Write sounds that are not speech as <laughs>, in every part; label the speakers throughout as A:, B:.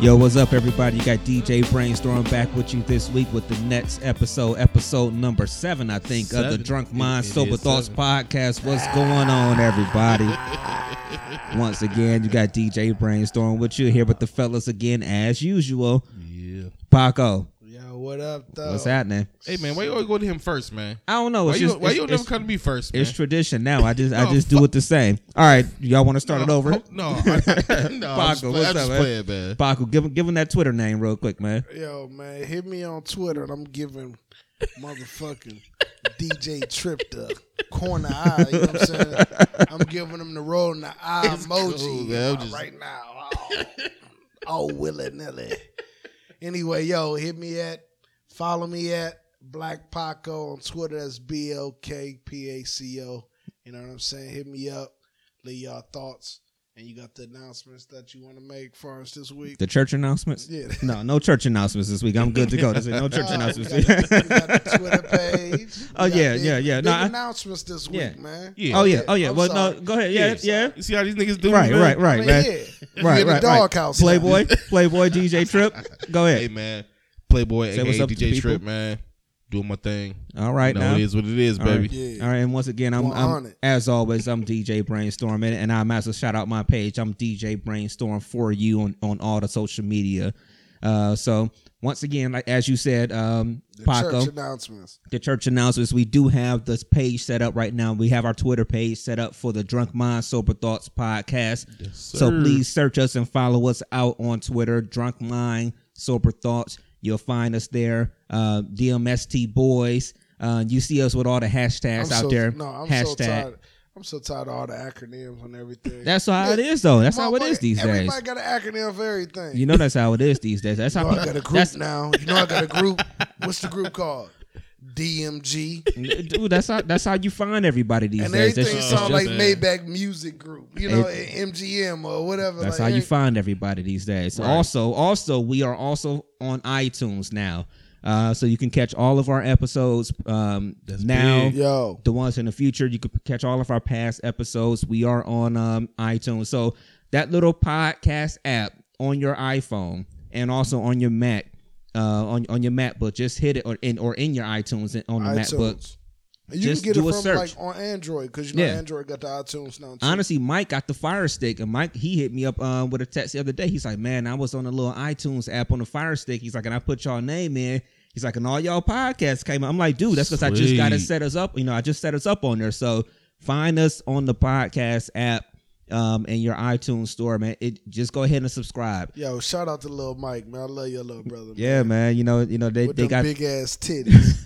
A: Yo, what's up, everybody? You got DJ Brainstorm back with you this week with the next episode, episode number seven, I think, of the
B: Seven.
A: Drunk
B: It-
A: Mind
B: it is
A: Sober Thoughts
B: seven.
A: podcast. What's going on,
B: <laughs>
A: everybody? Once again, you got DJ Brainstorm with you here with the fellas again, as usual.
B: Yeah.
A: Paco,
C: Yo, what up, though?
A: what's happening?
B: Hey man, why you always go to him first, man?
A: I don't know. Oh,
B: Why
A: It's
B: you,
A: just
B: why
A: it's,
B: you
A: it's-
B: never come to me first, man?
A: it's tradition now. I just I
B: No,
A: just do it the same. All right, y'all want to start it
B: <laughs>
A: <laughs>
B: No,
A: over?
B: No, I, no. I'm just
A: Baco,
B: play-
A: what's
B: I'm
A: up,
B: just
A: man?
B: playing, man.
A: Paco, give him give him that Twitter name real quick, man.
C: Yo, man, hit me on Twitter and I'm giving motherfucking <laughs> DJ Trip the corner eye. You know what I'm saying? I'm giving him the roll in the eye emoji
B: cool, man. I'm
C: uh,
B: just-
C: right now. Oh, oh willy nilly. Anyway, yo, hit me at, follow me at Black Paco on Twitter. That's B L K P A C O. You know what I'm saying? Hit me up. Leave y'all thoughts. And you got the announcements that you want to make for us this week.
A: The church announcements.
C: <laughs> Yeah.
A: No, no church announcements this week. I'm good to go. There's no
C: <laughs>
A: church
C: Oh,
A: announcements.
C: We got, the- we got
A: <laughs>
C: the Twitter page. We
A: Oh,
C: got
A: yeah,
C: big-
A: yeah, yeah.
C: Big
A: No, I-
C: announcements this week,
A: Yeah.
C: man.
B: Yeah.
A: oh yeah, oh yeah.
C: I'm
A: well, no,
C: sorry.
A: go ahead. Yeah, yeah.
B: You see how these niggas do?
A: Right,
B: man?
A: right,
C: I
A: right,
C: mean,
A: right,
C: yeah. We
A: right,
C: in the
A: right, right.
C: doghouse now.
A: Playboy, Playboy, DJ Trip. Go
B: Hey
A: ahead.
B: man, Playboy,
A: Say
B: aka
A: what's up to the
B: DJ Trip,
A: people.
B: man, doing my thing.
A: All right
B: you know,
A: now.
B: it is what it is,
A: All right.
B: baby.
C: Yeah.
A: All right, and once again, I'm,
C: Well, on
A: I'm
C: it.
A: as always, I'm DJ Brainstorming, and I might as well shout out my page. I'm DJ Brainstorm for you on, on all the social media. Uh, so once again, like as you said, um,
C: The
A: Paco,
C: church announcements.
A: the church announcements. We do have this page set up right now. We have our Twitter page set up for the Drunk Mind Sober Thoughts podcast. so
B: sir.
A: please search us and follow us out on Twitter, Drunk Mind Sober Thoughts. You'll find us there. Uh, DMST Boys. Uh, you see us with all the hashtags out
C: so,
A: there.
C: No, I'm
A: Hashtag.
C: so tired. I'm so tired of all the acronyms and everything.
A: That's how it is, though. That's how it is
C: Motherfucker,
A: these
C: everybody
A: days.
C: got an acronym for everything.
A: You know that's how it is these days. That's how.
C: know I got a group
A: that's
C: now. You know I got a group. What's the group called? DMG.
A: dude. That's how. That's how you find everybody these
C: And
A: days. That's
C: everything
A: just-
B: it's
C: sounds like
B: just-
C: Maybach Music Group. You know, MGM or whatever.
A: That's
C: like,
A: how you
C: every-
A: find everybody these days.
B: Right.
A: Also, also we are also on iTunes now, uh, so you can catch all of our episodes um,
B: That's
A: now.
B: big.
C: Yo.
A: The ones in the future, you can catch all of our past episodes. We are on um, iTunes, so that little podcast app on your iPhone and also on your Mac, uh, on on your MacBook, just hit it or in or in your iTunes and on the MacBook.
C: iTunes. And You
A: Just
C: can get
A: do a
C: it from
A: search.
C: like on Android because you know
A: Yeah.
C: Android got the iTunes now. Too.
A: Honestly, Mike got the Fire Stick, and Mike he hit me up um, with a text the other day. He's like, "Man, I was on a little iTunes app on the Fire Stick." He's like, "And I put y'all name in." He's like, "And all y'all podcasts came." up." I'm like, "Dude, that's because I just got to
B: Sweet.
A: set us up. You know, I just set us up on there. So find us on the podcast app um, and your iTunes store, man. It just go ahead and subscribe.
C: yo, shout out to little Mike, man. I love your little brother.
A: Yeah, man. You know, you know they
C: With
A: they
C: them
A: got
C: big ass titties.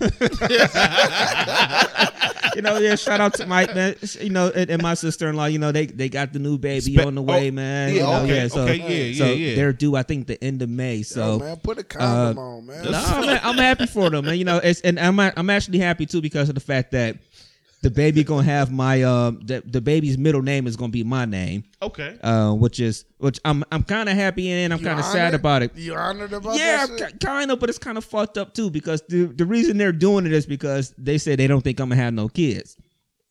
A: you know yeah. Shout out to Mike, man. You know, and, and my sister in law. You know, they they got the new baby
B: Spe-
A: on the
B: oh,
A: way, man.
B: yeah,
A: you know,
B: okay,
A: so,
B: okay, yeah,
A: so
B: yeah, yeah.
A: They're due, I think, the end of May. So.
C: Yo, man, put a condom on, man.
A: No, I'm, I'm happy for them, and you know, it's and I'm I'm actually happy too because of the fact that the baby gonna have my um the, the baby's middle name is gonna be my name,
B: Okay.
A: uh, which is which I'm I'm kind of happy and I'm
C: You
A: kind of
C: honored-
A: sad about it.
C: You honored about
A: Yeah,
C: that? Shit?
A: kind of, but it's kind of fucked up too because the the reason they're doing it is because they said they don't think I'm gonna have no kids,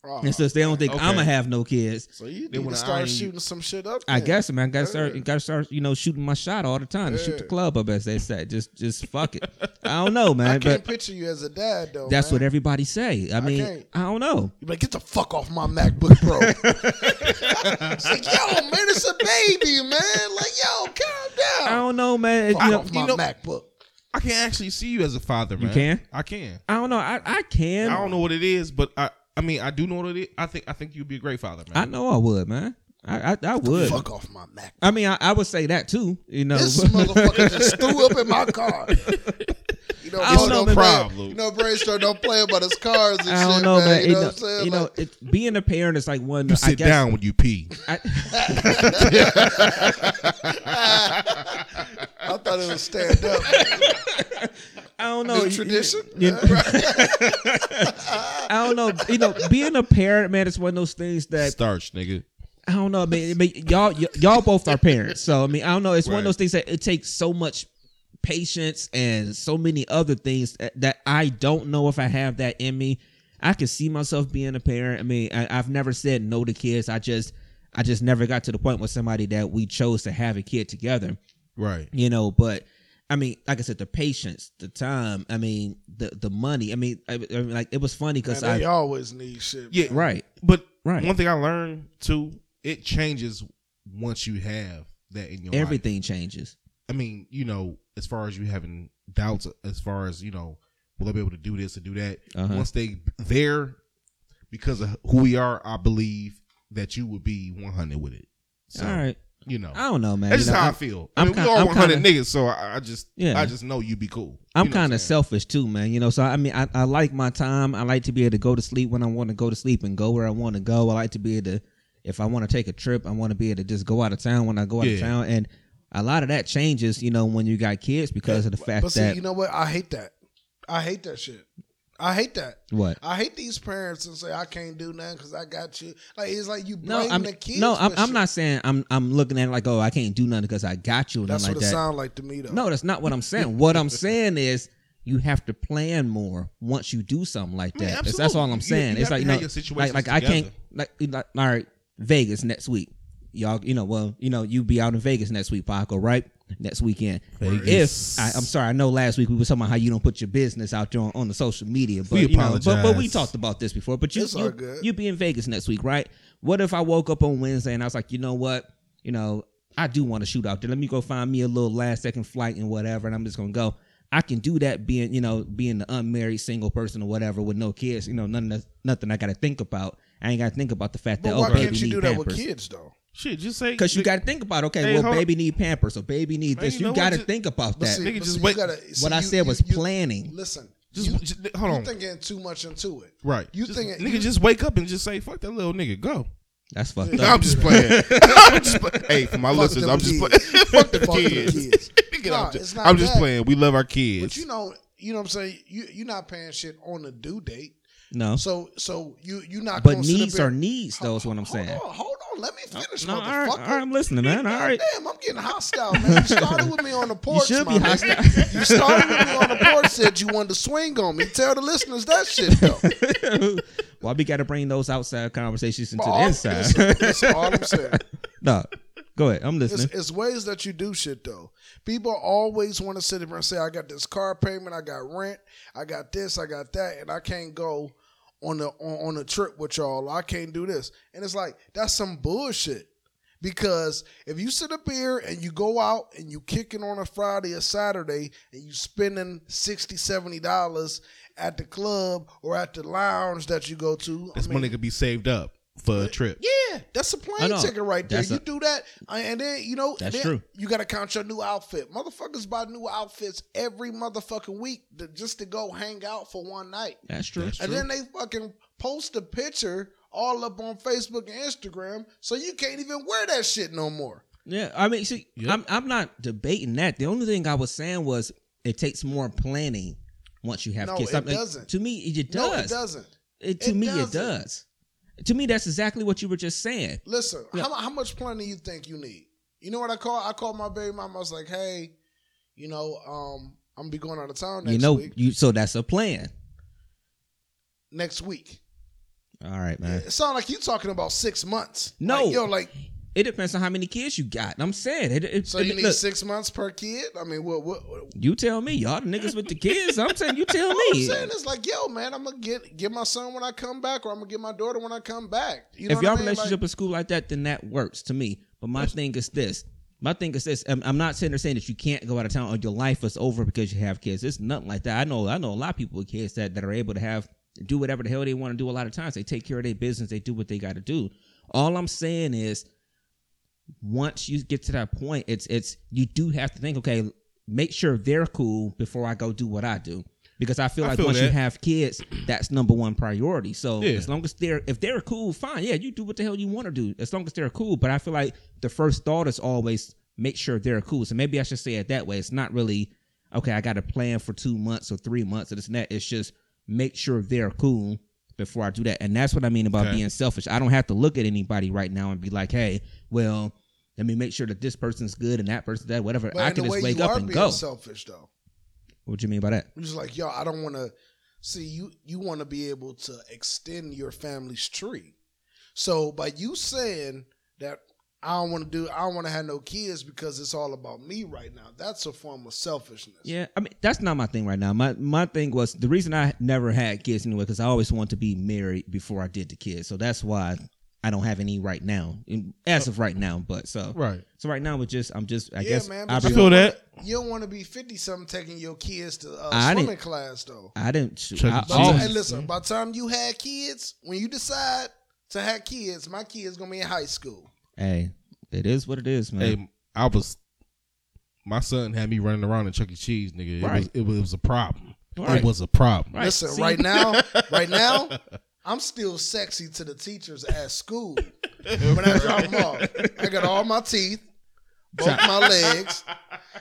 C: Oh,
A: and since they don't think I'm gonna
B: Okay.
A: have no kids,
C: so you
B: They
C: need to
B: wanna
C: start
B: iron you.
C: shooting some shit up.
A: I
C: then.
A: guess, man. Got to start,
C: Yeah.
A: got to start, you know, shooting my shot all the time. Shoot the
C: Yeah.
A: club up, as they say. Just, just
C: <laughs>
A: fuck it. I don't know, man.
C: I
A: but
C: can't picture you as a dad though.
A: That's
C: man.
A: what everybody say. I mean,
C: can't.
A: I, don't know.
C: You be like, get the fuck off my
A: <laughs>
C: MacBook Pro. it's like, yo, man, it's a baby, man. Like, yo, calm
A: I
C: down.
A: don't know, man. It-
C: Fuck
A: you know,
C: off my
B: you know-
C: MacBook.
B: I can actually see you as a father, man.
A: can?
B: I can.
A: I don't know. I, I can.
B: I don't know what it is, but I. I mean, I do know what it is. I think. I think you'd be a great father, man.
A: I know I would, man. I I, I would.
C: Fuck off my Mac.
A: I mean, I, I would say that too. You know,
C: This motherfucker just threw up in
A: <laughs>
C: my car. You know,
A: I don't know,
C: bro,
A: man.
C: don't play-
B: Problem.
C: You know, Brainstorm don't play about his cars and
A: <laughs> I don't
C: shit,
A: know,
C: man.
A: man.
C: You know what I'm saying?
A: you know,
C: Like,
A: it's, being a parent is like one.
B: you
A: I
B: sit
A: guess,
B: down when you pee.
A: I,
C: I thought it was stand
A: <laughs>
C: up.
A: I don't know.
C: New
A: You-
C: tradition. <laughs>
A: you-
C: Yeah, right.
A: I don't know. You know, being a parent, man, it's one of those things that
B: Starch, nigga.
A: I don't know, man. I mean, y'all, y- y'all both are parents, so I mean, I don't know. It's one of
B: Right.
A: those things that it takes so much patience and so many other things that, that I don't know if I have that in me. I can see myself being a parent. I mean, I, I've never said no to kids. I just, I just never got to the point with somebody that we chose to have a kid together.
B: Right.
A: you know but i mean like i said the patience the time i mean the the money i mean, I, I mean like it was funny because
C: Man,
A: i
C: they always need shit.
B: Yeah.
C: man.
A: right
B: But
A: Right.
B: one thing I learned too, it changes once you have that in your life.
A: everything changes
B: I mean, you know, as far as you having doubts, as far as you know, will I be able to do this and do that?
A: Uh-huh.
B: Once they there, because of who we are, I believe that you would be one hundred with it. So
A: all right
B: you know,
A: i don't know man
B: that's
A: You
B: just
A: know,
B: how I,
A: I'm-
B: feel. I
A: I'm
B: mean,
A: kinda-
B: we
A: I'm
B: all one hundred
A: kinda-
B: niggas, so I, I just,
A: Yeah.
B: I just know you be cool.
A: I'm
B: You know what
A: kind of
B: saying?
A: selfish too, man. You know, so I mean, I, I like my time. I like to be able to go to sleep when I want to go to sleep and go where I want to go. I like to be able to, if I want to take a trip, I want to be able to just go out of town when I go out of
B: Yeah.
A: town. And a lot of that changes, you know, when you got kids because of the fact
C: But see,
A: that
C: you know what? I hate that. I hate that shit. I hate that.
A: what?
C: I hate these parents and say I can't do nothing because I got you. Like it's like you blame
A: No, I'm
C: the kids.
A: no,
C: for
A: I'm, I'm
C: shit.
A: not saying I'm I'm looking at it like oh I can't do nothing because I got you and
C: That's
A: like
C: what it
A: that.
C: sounds like to me though.
A: No, that's not what I'm
B: <laughs>
A: saying. what I'm saying is you have to plan more once you do something like
B: I mean,
A: that. That's, that's all I'm
B: absolutely. You-
A: saying.
B: you
A: it's
B: have
A: like
B: to
A: no,
B: have your
A: like,
B: situations
A: like I
B: together.
A: can't like, like all right, Vegas next week. Y'all, you know, well, you know, you be out in Vegas next week, Paco, right? Next weekend.
B: Vegas.
A: If I, I'm sorry, I know last week we were talking about how you don't put your business out there on, on the social media, but
B: We
A: you know, but, but we
B: apologize.
A: talked about this before. But you,
C: It's all
A: you,
C: good.
A: you be in Vegas next week, right? What if I woke up on Wednesday and I was like, you know what, you know, I do want to shoot out there. Let me go find me a little last second flight and whatever, and I'm just gonna go. I can do that being, you know, being the unmarried single person or whatever with no kids, you know, none of that, nothing I got to think about. I ain't got to think about the fact
C: but
A: that
C: why
A: oh, baby
C: can't you
A: need
C: do that
A: Pampers.
C: with kids though?
B: Shit, just say
A: Cause you got to think about okay,
B: Hey,
A: well,
B: hold on.
A: baby need Pampers or baby need
B: Man,
A: this.
B: you
A: You,
B: know what?
A: got to
B: Just-
A: think about
C: But
A: that.
C: see,
B: Nigga,
C: but
B: just
C: see, you
B: wait.
C: gotta- see,
A: what I
C: you-
A: said
C: you-
A: was
C: you-
A: planning.
C: Listen, you,
B: Just, just hold
C: you
B: on.
C: thinking too much into it.
B: right.
C: you
B: just,
C: thinking-
B: nigga?
C: you-
B: just wake up and just say, "Fuck that little nigga, go."
A: That's
C: <laughs>
A: fucked
C: Yeah.
A: up.
B: <laughs> I'm just playing.
C: <laughs>
B: I'm just play- hey, for my
C: Fuck
B: listeners,
C: them
B: I'm just <laughs>
C: kids.
B: playing. Fuck the
C: <laughs> Fuck them
B: kids.
C: kids.
B: Nigga,
C: Nah,
B: I'm just,
C: it's not
B: I'm just
C: that.
B: playing. We love our
C: But
B: kids.
C: you know, you know what I'm saying. You you're not paying shit on the due date.
A: No,
C: So so you you not.
A: but
C: gonna sit up
A: needs
C: here-
A: are needs. Though is what I'm
C: Hold
A: saying.
C: on, hold on. Let me finish,
A: No, all right, all
C: motherfucker.
A: right, I'm listening, man. All right,
C: Damn, I'm getting hostile, man. You started with me
A: <laughs>
C: on the porch.
A: should
C: my
A: be
C: nigga.
A: hostile.
C: You started with me on the porch, said you wanted to swing on me. Tell the listeners that shit,
A: <laughs>
C: though.
A: well, we got to bring those outside conversations into
C: All-
A: the
C: listen,
A: inside. <laughs>
C: That's all I'm saying.
A: no, go ahead. I'm
C: It's,
A: listening.
C: it's ways that you do shit, though. People always want to sit there and say, I got this car payment, I got rent, I got this, I got that, and I can't go on the on, on a trip with y'all. I can't do this. And it's like, that's some bullshit. Because if you sit up here and you go out and you kicking on a Friday or Saturday and you spending 60 $70 at the club or at the lounge that you go to, I
B: This
C: mean,
B: money could be saved up for a trip.
C: yeah, that's a plane
A: I know.
C: ticket right there.
A: That's
C: you
A: a-
C: do that, uh, and then you know
A: That's
C: then
A: true.
C: You got to count your new outfit. Motherfuckers buy new outfits every motherfucking week to, just to go hang out for one night,
A: That's true.
B: That's
C: and then they fucking post a picture all up on Facebook and Instagram, so you can't even wear that shit no more.
A: Yeah, I mean, see,
B: Yep.
A: I'm I'm not debating that. The only thing I was saying was it takes more planning once you have
C: No,
A: kids.
C: it
A: I mean,
C: doesn't.
A: To me, it, it does.
C: No, it doesn't.
A: It- to
C: It
A: me, it
C: doesn't.
A: does. To me, that's exactly what you were just saying.
C: Listen,
A: Yeah.
C: how, mu- how much planning do you think you need? You know what I call? I called my baby mama. I was like, hey, you know, um, I'm gonna be going out of town next
A: you know,
C: week.
A: you so that's a plan.
C: Next week.
A: All right, man.
C: It sounds like you talking about six months.
A: No.
C: like, yo, like
A: It depends on how many kids you got. I'm saying it. it-
C: so
A: it-
C: you need
A: look,
C: six monmonths per kid. I mean, what? What? what
A: You tell me, y'all the niggas with the kids. I'm saying you tell
C: all <laughs> I'm
A: me.
C: saying is like, yo, man, I'm gonna get get my son when I come back, or I'm gonna get my daughter when I come back. You know
A: if
C: what I
A: y'all
C: mean? Like,
A: relationship is cool like that, then that works to me. But my thing is this. My thing is this. I'm, I'm not sitting there saying that you can't go out of town or your life is over because you have kids. It's nothing like that. I know I know a lot of people with kids that, that are able to have do whatever the hell they want to do a lot of times. They take care of their business, they do what they gotta do. All I'm saying is once you get to that point, it's it's you do have to think, okay, make sure they're cool before I go do what I do. Because I feel
B: I
A: like
B: feel
A: once you
B: that.
A: have kids, that's number one priority. So
B: Yeah.
A: as long as they're if they're cool, fine. Yeah, you do what the hell you want to do. As long as they're cool. But I feel like the first thought is always make sure they're cool. So maybe I should say it that way. It's not really okay, I got a plan for two months or three months or this and that. It's just make sure they're cool before I do that. And that's what I mean about
B: Okay.
A: being selfish. I don't have to look at anybody right now and be like, hey, well, let me make sure that this person's good and that person's that, whatever.
C: but
A: I
C: in
A: can
C: the way
A: just wake
C: you
A: up
C: are
A: and
C: being
A: go.
C: Selfish though.
A: what do you mean by that?
C: You're just like, yo, I don't want to see you. You want to be able to extend your family's tree. So by you saying that I don't want to do. I don't want to have no kids because it's all about me right now. That's a form of selfishness.
A: Yeah, I mean that's not my thing right now. My my thing was the reason I never had kids anyway because I always wanted to be married before I did the kids, so that's why I don't have any right now, in- as of right now. But so
B: Right.
A: so right now it's just I'm just I
C: Yeah,
A: guess
C: man,
A: I,
C: but
B: feel that.
C: You don't want to be fifty something taking your kids to uh,
A: I
C: swimming
A: didn't-
C: class though.
A: I didn't Mm-hmm. shoot.
B: Chuck
A: I,
B: E. Cheese.
C: By the time- hey,
A: always-
C: listen. By the time you had kids, when you decide to have kids, my kids gonna be in high school.
A: hey, it is what it is, man.
B: Hey, I was. My son had me running around in Chuck E. Cheese, nigga. It, was,
A: Right.
B: it was it was a problem.
A: Right.
B: It was a problem.
A: Right.
C: Listen,
A: See?
C: right now,
A: <laughs>
C: right now, I'm still sexy to the teachers at
A: <laughs>
C: school. When I drop them off, I got all my teeth, both my legs.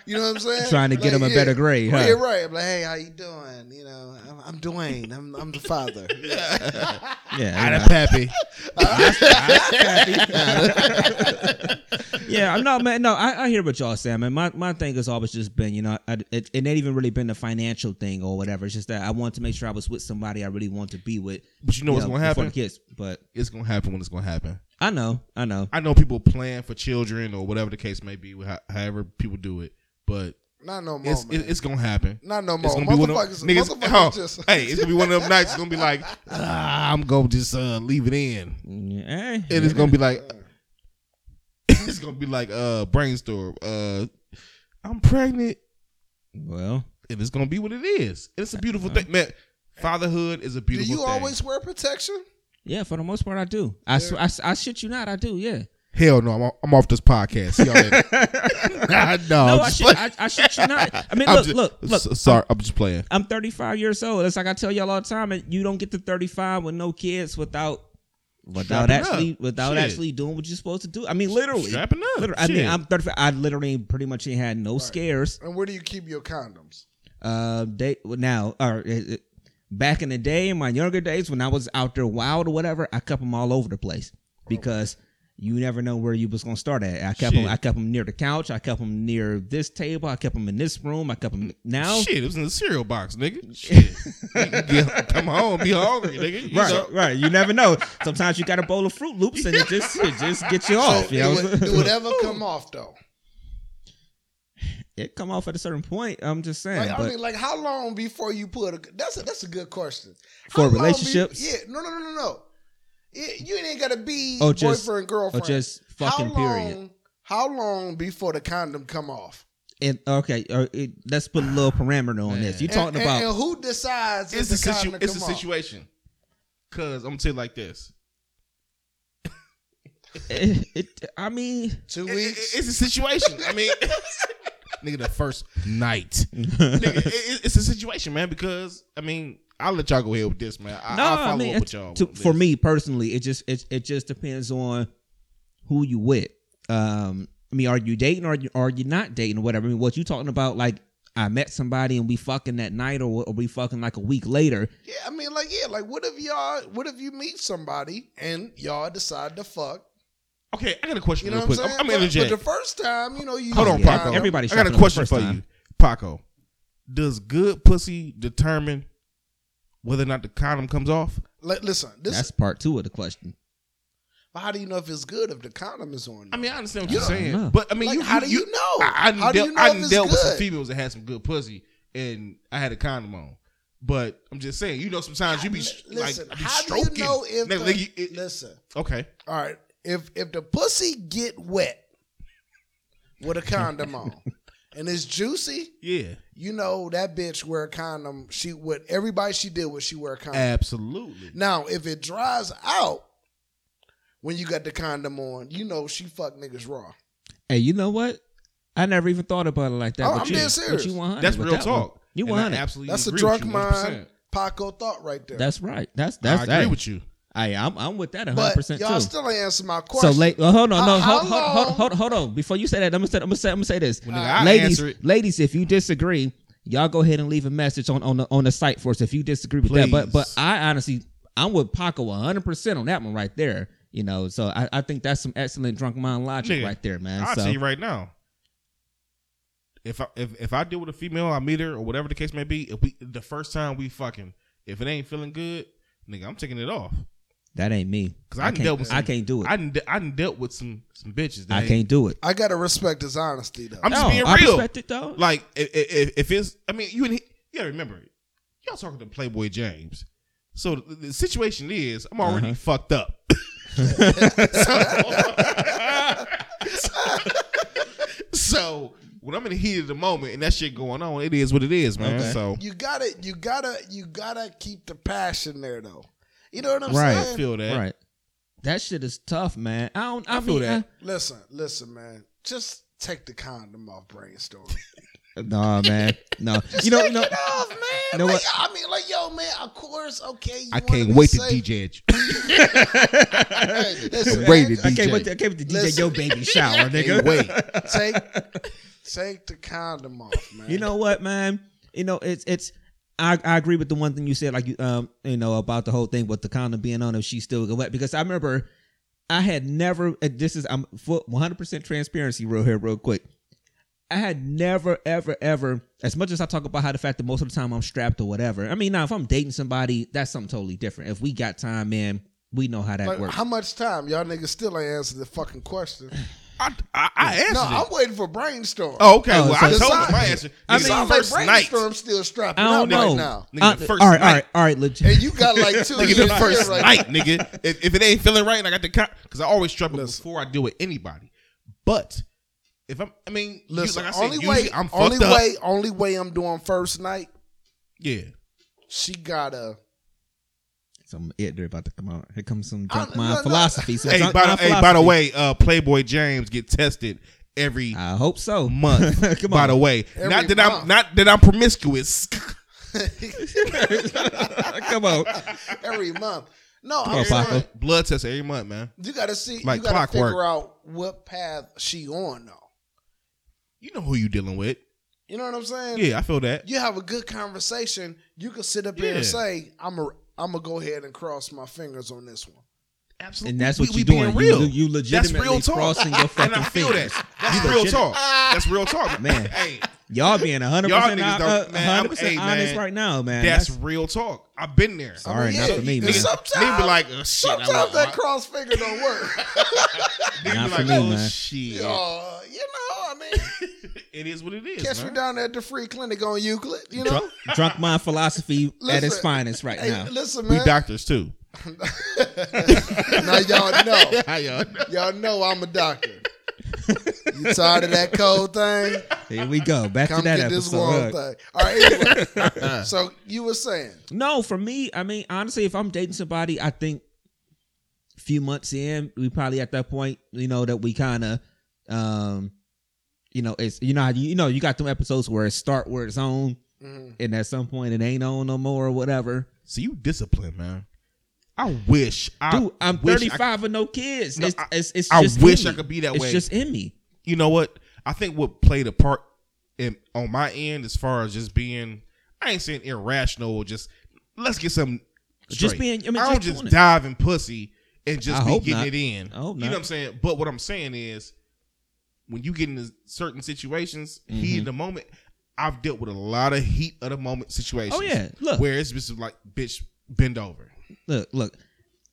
C: You know what I'm saying?
A: Trying to get
C: Like,
A: him a
C: yeah.
A: better grade, huh?
C: Yeah, right. I'm like, hey, how you doing? You know, I'm, I'm Dwayne. I'm, I'm
A: <laughs>
C: the father.
A: Yeah,
B: Out
A: you know.
B: of
C: <laughs>
B: pappy.
A: yeah, I'm not man. No, I, I hear what y'all saying, man. My my thing has always just been, you know, I, it, it ain't even really been the financial thing or whatever. It's just that I want to make sure I was with somebody I really want to be with.
B: But you know what's
A: you know,
B: gonna happen?
A: before the kids, but
B: It's gonna happen when it's gonna happen.
A: I know, I know.
B: I know people plan for children or whatever the case may be, with ho- however people do it, but
C: Not no more.
B: it's
C: man.
B: it, it's gonna happen.
C: Not no more.
B: It's gonna be one of
C: Motherfuckers,
B: them niggas. <laughs>
C: motherfuckers
B: huh,
C: just.
B: hey, it's gonna be one of them nights. It's gonna be like ah, I'm gonna just uh, leave it in,
A: Mm, eh,
B: and it's gonna be like <laughs> it's gonna be like uh brainstorm. Uh, I'm pregnant,
A: well,
B: and it's gonna be what it is. And it's a beautiful thing, man. Fatherhood is a
C: Do
B: beautiful.
C: you
B: thing.
C: always wear protection?
A: yeah. For the most part, I do. I, sw- I, s- I shit you not, I do. Yeah.
B: Hell no, I'm, o- I'm off this podcast. See y'all later. <laughs> no,
A: No,
B: I'm
A: I
B: just
A: shit,
B: playing.
A: I, I shit you not. I mean,
B: <laughs> I'm
A: look,
B: just-
A: look, look.
B: so- sorry, I'm just playing.
A: I'm 35 years old. It's like I tell y'all all the time, and you don't get to 35 with no kids without without
B: Strapping up.
A: actually without
B: Shit.
A: actually doing what you're supposed to do. I mean, literally.
B: Strapping Oh, up.
A: Literally, I mean,
B: Shit.
A: I'm 35. I literally pretty much ain't had no scares.
C: And where do you keep your condoms?
A: Uh, they well, now or uh, uh, back in the day, in my younger days, when I was out there wild or whatever, I kept them all over the place because. You never know where you was gonna start at. I kept them.
B: Shit.
A: I kept them near the couch. I kept them near this table. I kept them in this room. I kept them now.
B: Shit, it was in the cereal box, nigga. Shit. <laughs> Nigga, get- come home, be hungry, nigga. You
A: Right,
B: know?
A: right. You never know. Sometimes you got a bowl of Fruit Loops and it just it just gets you off. You
C: It
A: know?
C: would, it would ever come
B: <laughs>
C: off though.
A: <laughs> it come off at a certain point. I'm just saying.
C: Like, I
A: but
C: mean, like how long before you put a? That's a, that's a good question.
A: For
C: How long be-
A: relationships?
C: yeah, no, no, no, no, no. It, you ain't gotta be
A: Oh, just-
C: boyfriend
A: or
C: girlfriend.
A: just fucking
C: how long,
A: period.
C: How long before the condom come off?
A: And okay, or it, let's put a little parameter on this. You
C: And-
A: talking
C: and,
A: about?
C: and who decides if
B: It's
C: the
B: a situ-
C: condom
B: it's a
C: come off?
B: situation. Cause I'm gonna tell you like this.
A: <laughs> it, it- I mean,
C: Two
B: It- it-
C: weeks.
B: it's a situation. I mean <laughs> Nigga, the first
A: <laughs>
B: night. nigga, it- it- it's a situation, man, because I mean, I'll let y'all go ahead with this, man. I,
A: no.
B: I'll follow
A: I mean,
B: up
A: it's-
B: with
C: Oh,
B: y'all.
A: to-
B: with
A: for
B: this.
A: me personally, it just it it just depends on who you with. Um, I mean, are you dating or are you, are you not dating or whatever? I mean, what you talking about? Like, I met somebody and we fucking that night, or, or we fucking like a week later.
C: Yeah, I mean, like, yeah, like, what if y'all, what if you meet somebody and y'all decide to fuck?
B: Okay, I got a question
C: You know
B: real
C: what I'm
B: quick.
C: saying?
B: I'm, I'm
C: but,
B: interject.
C: but the first time, you know, you
B: Hold
C: use
B: on,
C: the
A: Yeah,
B: Paco.
C: condom.
A: everybody
B: I got
A: shopping
B: a
A: the
B: question
A: first
B: for
A: time.
B: you, Paco. Does good pussy determine whether or not the condom comes off?
C: Li- listen, this.
A: That's part two of the question.
C: but how do you know if it's good if the condom is on?
B: I
C: you?
B: mean, I understand what you're
A: I don't know.
B: saying, but I mean,
C: Like,
B: you,
C: how do you know?
B: I, I done
C: How do
B: dealt,
C: you know
B: I
C: if
B: done
C: it's
B: dealt with some
C: good?
B: females that had some good pussy, and I had a condom on. But I'm just saying, you know, sometimes you be
C: Li-
B: sh-
C: listen.
B: like, be
C: how do
B: stroking.
C: you know
B: Nigga,
C: if? the-
B: nigga, you- it-
C: listen,
B: okay,
C: all right. If if the pussy get wet with a
B: <laughs>
C: condom on and it's juicy,
B: yeah,
C: you know that bitch wear a condom. She would everybody she did was she wear a condom.
B: absolutely.
C: Now, if it dries out when you got the condom on, you know she fuck niggas raw.
A: Hey, you know what? I never even thought about it like that.
C: Oh,
A: but
C: I'm
A: you,
C: dead
A: but
C: serious.
A: you 100
B: That's
A: with
B: real
A: that
B: talk.
A: one. You
B: And I
A: 100.
B: absolutely
C: That's a
B: agree
C: drunk
B: with you
C: mind
B: 100%.
C: Paco thought right there.
A: That's right. That's that's.
B: I agree
A: hey,
B: with you.
A: Hey, I'm I'm with that 100
C: but
A: percent
C: y'all
A: too.
C: still ain't answer my
A: so
C: question.
A: late. Well, hold on. No,
C: How-
A: hold,
C: how
A: hold, hold,
C: long-
A: hold, hold on. Before you say that, I'm gonna say I'm gonna say, I'm gonna say this.
B: Well, nigga, I
A: ladies,
B: answer it.
A: ladies, if you disagree, y'all go ahead and leave a message on on the on the site for us if you disagree with that. But but
B: Please.
A: I honestly, I'm with Paco 100 percent on that one right there. You know, so I, I think that's some excellent drunk mind logic
B: Nigga,
A: right there, man.
B: I'll
A: so
B: tell you right now. If I if, if I deal with a female, I meet her or whatever the case may be. If we the first time we fucking, if it ain't feeling good, nigga, I'm taking it off.
A: That ain't me.
B: 'Cause I done
A: can't,
B: dealt with some-
A: I can't do it.
B: I
A: I,
B: done, de- I done dealt with some some bitches. That ain't-
A: can't do it.
C: I gotta respect his honesty though.
B: I'm just
A: No,
B: being
A: I
B: real.
A: respect it though.
B: Like if, if, if it's, I mean, you and he, you gotta remember, y'all talking to Playboy James. So the, the situation is, I'm already
A: Uh-huh. <laughs>
B: fucked up. so, so when I'm in the heat of the moment and that shit going on, it is what it is, man.
A: Okay.
B: So
C: you gotta you gotta you gotta keep the passion there though. You know what I'm
A: Right.
B: I
C: saying?
B: feel that.
A: right. That shit is tough, man. I don't. I,
B: I feel
A: mean,
B: that.
C: Listen, listen, man. Just take the condom off brainstorm.
B: <laughs>
A: I- nah, man. No. you know. No.
C: off, man.
A: You know
C: Like,
A: what?
C: I mean, like, yo, man, of course, okay. You
B: I
C: wanna
B: can't
C: be
B: wait to
C: safe.
B: DJ at you.
C: Hey, listen,
B: Wait
C: man,
B: to
A: I
B: DJ.
A: can't
B: <laughs>
A: wait. To, I can't wait to DJ
C: Listen.
A: your baby shower, nigga.
B: wait.
C: Take,
B: <laughs>
C: take the condom off, man.
A: You know what, man? You know, it's it's. I, I agree with the one thing you said, like you um you know about the whole thing with the condom being on if she's still wet because I remember I had never and this is I'm full 100 percent transparency real here real quick. I had never ever ever as much as I talk about how the fact that most of the time I'm strapped or whatever. I mean now if I'm dating somebody that's something totally different. If we got time, man, we know how that
C: Like,
A: works.
C: how much time y'all niggas still ain't answered the fucking question?
B: I, I, I answered.
C: no,
B: it.
C: I'm waiting for brainstorm.
B: oh, okay.
A: Oh,
B: well,
A: so
B: I
A: it's
B: told
C: not-
B: him my answer.
A: I
B: I
A: mean,
B: mean,
C: Sounds
B: first
C: like
B: night.
C: brainstorm still strapping
A: I don't
C: out
A: know.
C: right now,
B: Nigga,
A: Uh,
B: the first
A: all right, all
B: night.
A: right, all right, legit.
C: and you got like two
B: <laughs> Nigga,
C: years
B: the first
C: right
B: night, nigga. If, if it ain't feeling right and I got the cop, because I always strap it
C: Listen.
B: before I deal with anybody. But if I'm, I mean, you-
C: Listen,
B: like I
C: only
B: said,
C: way,
B: usually I'm
C: only
B: fucked up.
C: way, only way I'm doing first night.
B: Yeah,
C: She gotta.
A: Some ignorant about to come out. Here comes some
C: I-
A: drunk mind
C: no, no.
A: philosophy. Some
B: Hey,
A: drunk
B: by,
A: mind
B: the, hey, by the
A: philosophy.
B: way, uh, Playboy James get tested every
A: I hope so.
B: month.
A: <laughs> Come
B: by
A: on.
B: the way,
C: Every
B: not that
C: month.
B: I'm not that I'm <laughs> promiscuous.
A: <laughs> Come on.
C: <laughs> every month. No,
A: on,
C: I'm
A: Paco.
C: saying
B: Blood test every month, man.
C: you gotta see.
B: Like
C: you gotta
B: clockwork.
C: figure out what path she on though.
B: You know who you dealing with.
C: You know what I'm saying?
B: Yeah, I feel that.
C: You have a good conversation. You can sit up here
B: Yeah.
C: and say, "I'm a, I'm gonna go ahead and cross my fingers on this one."
B: Absolutely,
A: And that's
B: We-
A: what
B: we
A: you're
B: being
A: doing.
B: Real.
A: You, you legitimately
B: real talk.
A: crossing your fucking
B: <laughs> and I feel
A: fingers.
B: that. That's
A: You
B: real
A: legit-
B: talk. That's real talk,
A: Man.
B: Hey,
A: Y'all being 100
B: Y'all
A: percent
B: niggas
A: uh,
B: don't- man, I'm-
A: 100%
B: hey,
A: honest
B: man.
A: right now, man.
B: that's,
A: That's,
B: real talk. I've been there.
A: all right.
C: yeah,
A: not for me,
C: and
A: man.
C: Sometimes,
B: Nigga be like, oh, shit. I
C: sometimes
B: want-
C: that cross finger
B: <laughs>
C: don't work.
B: Nigga be
A: Not for
B: like,
A: me,
B: oh,
A: man.
B: shit.
C: Uh, you know, I mean,
B: <laughs>
A: <laughs>
B: It is what it is.
C: catch me
B: man.
C: down there at the free clinic on Euclid. You know,
A: drunk, drunk mind philosophy at its
C: Listen.
A: finest right
C: hey,
A: now.
C: listen,
B: We
C: man.
B: doctors, too.
C: <laughs> now y'all know,
B: How y'all know?
C: y'all know I'm a doctor. You tired of that cold thing?
A: Here we go. Back
C: Come
A: to that
C: get this
A: episode. Look.
C: warm thing. All right. Anyway,
A: <laughs>
C: so you were saying,
A: No, for me, I mean, honestly, if I'm dating somebody, I think a few months in, we probably at that point, you know, that we kind of, um, you know, it's you know, how you you know, you got them episodes where it start where it's on,
C: mhm.
A: and at some point it ain't on no more or whatever.
B: So you disciplined, man. I wish. I
A: Dude, I'm
B: wish I-
A: 35 with no kids.
B: No,
A: it's,
B: I-
A: it's, it's
B: I
A: just
B: wish
A: in
B: I
A: me.
B: could be that
A: it's
B: way.
A: just in me.
B: you know what? I think what played a part in on my end as far as just being, I ain't saying irrational, just let's get some.
A: Just being, I mean,
B: I don't
A: just,
B: just
A: doing it.
B: dive in pussy and
A: I
B: just be
A: hope
B: getting
A: not.
B: it in.
A: I hope
B: you
A: not.
B: know what I'm saying? But what I'm saying is, when you get into certain situations,
A: Mm-hmm.
B: heat of the moment. I've dealt with a lot of heat of the moment situations.
A: Oh yeah, look,
B: where it's just like, bitch, bend over.
A: look, look.